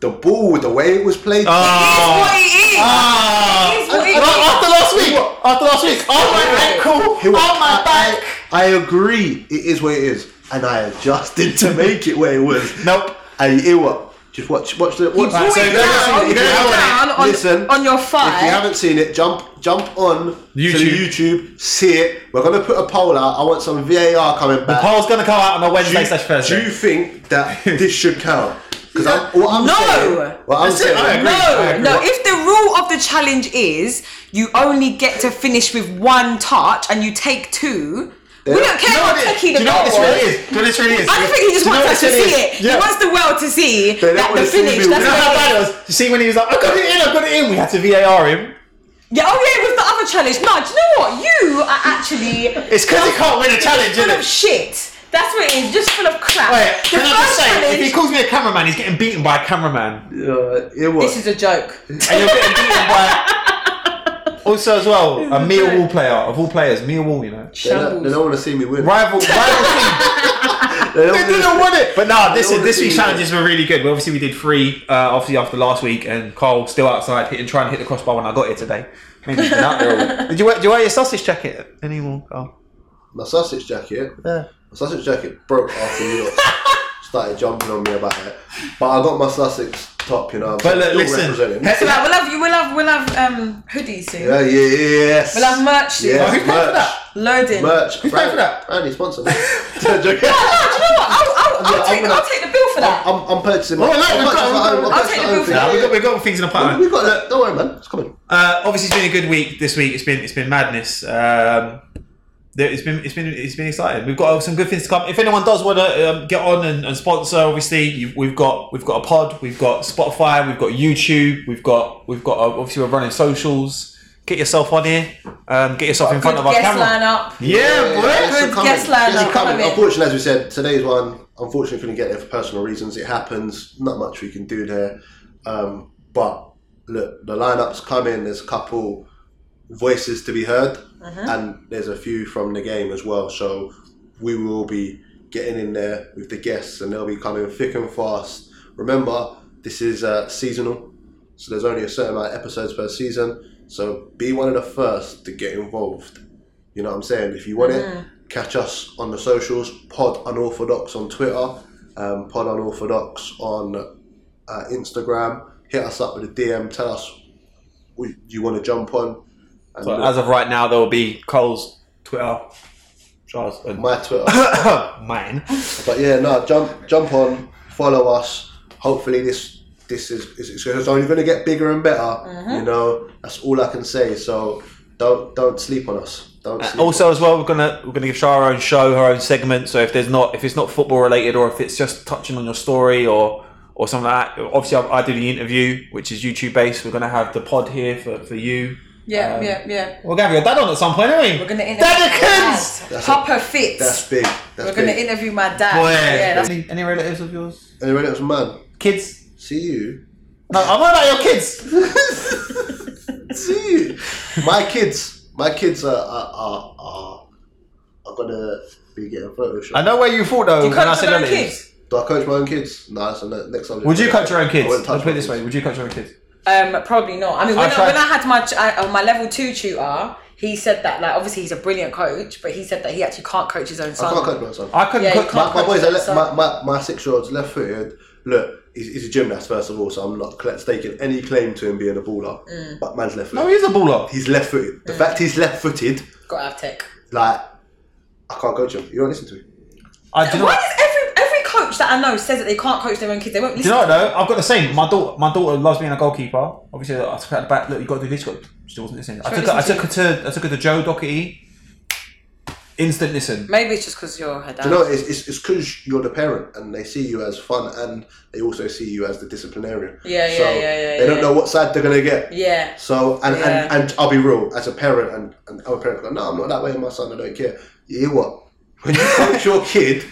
A: the ball, the way it was played.
C: It's
E: Ah.
C: what it is.
E: Ah.
C: It's what it
D: No,
C: is.
D: after last week. After last week.
C: Oh
D: On my ankle.
A: He
D: On
A: was-
D: my
A: I,
D: back.
A: I, I agree. It is what it is, and I adjusted to make it where it was.
E: *laughs* Nope.
A: And you hear what? Just watch, watch the. Watch,
E: brought
A: so
E: it
A: if you haven't
E: down,
A: seen it- if
E: you
A: you
E: brought
A: haven't-
C: down on-
A: listen,
C: on your thigh.
A: If you haven't seen it, jump, jump on to
E: YouTube.
A: the YouTube. See it. We're gonna put a poll out. I want some VAR coming back.
E: Carl's gonna come out on a
A: Do
E: Wednesday
A: you,
E: slash Thursday.
A: do you think that this should count? Because I'm, what I'm
C: No.
A: saying, what I'm
D: That's it,
A: saying,
D: I agree.
C: No, no. If the rule of the challenge is you only get to finish with one touch and you take two, we don't care
E: know
C: how
E: what it is?
C: techie
E: Do
C: the
E: you know
C: goal
E: what this really
C: was.
E: is? Do you know what this really is?
C: I think he just
E: Do you know
C: wants
E: what
C: us to
E: this really
C: see
E: is?
C: it.
E: Yeah.
C: He wants the world to see
A: don't
C: that
A: want
C: the
A: to see me.
C: finish.
A: You
C: That's
E: You know
C: what
E: how
C: it is.
E: bad it was? You see when he was like, I got it in, I got it in. We had to VAR him.
C: Yeah, oh yeah, it was the other challenge. No, do you know what? You are actually
E: It's because he can't win a challenge,
C: full of
E: innit?
C: shit. That's what it is, just full of crap.
E: Wait,
C: the
E: can I just
C: first
E: say,
C: challenge.
E: if he calls me a cameraman, he's getting beaten by a cameraman,
A: Uh, it
C: this
A: was.
C: is a joke.
E: and you're getting beaten *laughs* by. Also, as well, a Mia Wall player of all players, Mia Wall, you know,
A: They don't,
C: Shambles.
A: want to see me win.
E: *laughs* rival, rival team.
A: They don't
E: They
A: wanna-
E: didn't win it. But no,
A: They don't
E: this is this
A: wanna
E: week's
A: see me
E: challenges were really good. Well, obviously, we did three, uh, obviously after last week, and Carl still outside hitting, trying to hit the crossbar when I got it today. Maybe he's been out there all *laughs* week. Did you wear, do you wear your sausage jacket anymore, Carl?
A: My sausage jacket.
E: Yeah.
A: My sausage jacket broke after you lot started jumping on me about it. But I got my sausage top, you know.
E: But
A: I'm
E: look,
A: still
E: listen.
A: representing.
C: So like, we'll have you. We'll have we'll have um hoodies soon.
A: Yeah, yeah, yes.
C: We'll have merch soon.
A: Yes,
E: Oh, who paid for
A: merch.
E: that?
C: Loading.
A: Merch.
E: Who paid for that?
A: Brandy, sponsor me. Joking.
B: *laughs*
C: No, no, do you know what? I'll, I'll, I'll,
A: Yeah, I'm
C: take,
A: gonna-
C: I'll take the bill for that.
A: I'm, I'm purchasing.
E: Oh, no, we've got-
C: I'll take the bill for
E: Nah,
C: that.
E: we got we got things in the pipeline.
A: We've got that. Don't worry, man. It's coming.
E: Uh, obviously, it's been a good week this week. It's been it's been madness. Um, there- it's been it's been it's been exciting. We've got some good things to come. If anyone does want to um, get on and, and sponsor, obviously you, we've got we've got a pod, we've got Spotify, we've got YouTube, we've got we've got uh, obviously we're running socials. Get yourself on here.
B: *laughs*
E: Um, get yourself in front of
C: Good
E: our
C: guest
E: camera.
C: lineup.
E: Yeah, boy.
A: it's
C: good
A: coming.
C: guest lineup,
A: It's coming.
C: coming.
A: Unfortunately, as we said, today's one, unfortunately, couldn't get there for personal reasons. It happens. Not much we can do there. Um, but look, the lineup's coming. There's a couple voices to be heard,
E: Mm-hmm.
A: and there's a few from the game as well. So we will be getting in there with the guests, and they'll be coming thick and fast. Remember, this is uh, seasonal, so there's only a certain amount of episodes per season. So be one of the first to get involved. You know what I'm saying? If you want
C: Mm-hmm.
A: it, catch us on the socials. Pod Unorthodox on Twitter, um, Pod Unorthodox on uh, Instagram. Hit us up with a DM. Tell us what you want to jump on. And
E: So as of right now, there will be Cole's Twitter, Charles, and
A: my Twitter.
E: *coughs* mine.
A: But yeah, no, jump jump on, follow us. Hopefully this this is it's, it's- it's only going to get bigger and better. You
C: Mm-hmm.
A: know, that's all I can say. So don't don't sleep on us. Don't sleep
E: Uh, Also, as well, we're gonna we're gonna give Shah her own show, her own segment. So if there's not if it's not football related, or if it's just touching on your story, or or something like that. Obviously, I, I do the interview, which is YouTube based. We're gonna have the pod here for, for you.
C: Yeah,
E: Um,
C: yeah, yeah.
E: We're gonna have your dad on at some point, aren't we?
C: We're gonna interview
E: Dadikins.
C: my dad. Papa Fitz.
A: That's big. That's
C: We're gonna
A: big.
C: interview my dad.
E: Boy.
C: Yeah, that's
E: any, any relatives of yours?
A: Anyway, that was man.
E: Kids?
A: See you.
E: No, I'm not about
C: *laughs*
E: your kids.
A: See you. My kids. My kids are are are, are, are gonna be getting photoshopped.
E: I know where you thought though.
C: You
E: when
C: coach
E: I said
C: your own
E: relatives.
C: kids?
A: Do I coach my own kids? No, that's the next subject.
E: Would you coach your own kids?
A: I wouldn't touch
E: Let's put it
A: my
E: this way:
A: kids.
E: Would you coach your own kids?
C: Um, probably not. I mean, when
E: I
C: I,
E: tried-
C: when I had my ch- I, uh, my level two tutor, he said that like obviously he's a brilliant coach, but he said that he actually can't coach his own
A: I
C: son.
A: can't coach my son.
E: I couldn't.
C: Yeah, you
E: cook,
C: can't.
A: my, my boys are le-
C: So-
A: my, my, my six year old's left footed look, he's, he's a gymnast first of all, so I'm not cl- staking any claim to him being a baller. But man's left
E: Oh,
A: footed.
B: No, he is a baller.
A: he's left footed. The fact he's left footed,
C: Got to have tech.
A: like, I can't coach him. You don't listen to me.
B: I do
C: Why
B: not.
C: does every every coach that I know says that they can't coach their own kids? They won't
B: Do
C: listen.
B: you know what though? I've got the same. My daughter, my daughter loves being a goalkeeper. Obviously, I took her at the back. Look, you got to do this. You got she wasn't listening. I
C: She
B: took, her, I
C: listened
B: took her to, I took her to Joe Doherty. Instant
C: *laughs*
B: listen.
C: Maybe it's just because you're her dad.
A: You know, it's it's it's because you're the parent, and they see you as fun, and they also see you as the disciplinarian.
C: Yeah, yeah,
A: so
C: yeah, yeah,
A: They don't
C: yeah.
A: know what side they're gonna get.
C: yeah.
A: So and,
C: Yeah.
A: and and I'll be real as a parent, and and other parents go, no, I'm not that way. with My son, I don't care. You hear what? When
C: *laughs*
A: you coach your kid,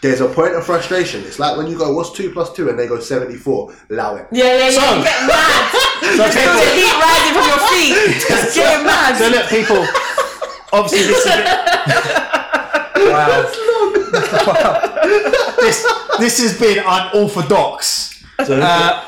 A: there's a point of frustration. It's like when you go, what's two plus two, and they go seventy four. Allow
C: *laughs*
A: it.
C: Yeah, yeah, yeah.
B: So-
C: you get mad.
B: So
C: Feel the
B: people,
C: heat rising from your feet. Just get mad.
B: so look, people. Obviously, this is.
C: *laughs*
B: wow. wow. *laughs* This this has been unorthodox.
A: So
B: Uh,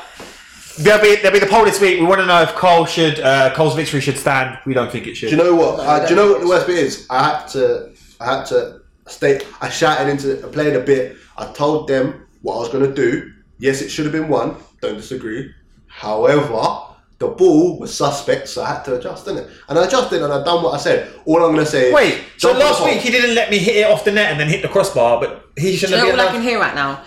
B: there'll be there'll be the poll this week. We want to know if Cole should uh, Cole's victory should stand. We don't think it should.
A: Do you know what? I, do you know what the worst bit is? I had to, I had to stay. I shouted into, I played a bit. I told them what I was going to do. Yes, it should have been one. Don't disagree. However, the ball was suspect, so I had to adjust in it, and I adjusted, and I done what I said. All I'm going to say. is-
B: Wait, so
A: Don't
B: last
A: put
B: week he didn't let me hit it off the net and then hit the crossbar, but he
C: Do you
B: shouldn't
C: know
B: have
C: all I can
B: been
C: hear right now?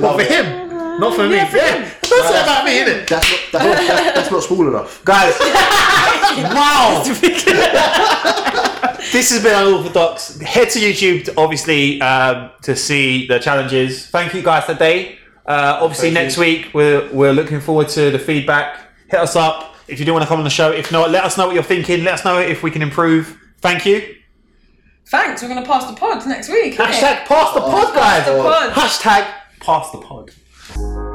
B: Not for him. Not for me.
C: Yeah, for
B: Yeah.
C: him.
B: That's all about me, innit?
A: That's not, that's, not, that's, that's not small enough.
B: Guys, *laughs* wow! this has been unorthodox. Head to YouTube, to obviously, um, to see the challenges. Thank you guys today. Uh, obviously, next week we're, we're looking forward to the feedback. Hit us up if you do want to come on the show. If not, let us know what you're thinking. Let us know if we can improve. Thank you.
C: Thanks. We're gonna pass the pod next week. innit?
B: Hashtag pass the pod, guys.
C: the pod.
B: Hashtag pass the pod.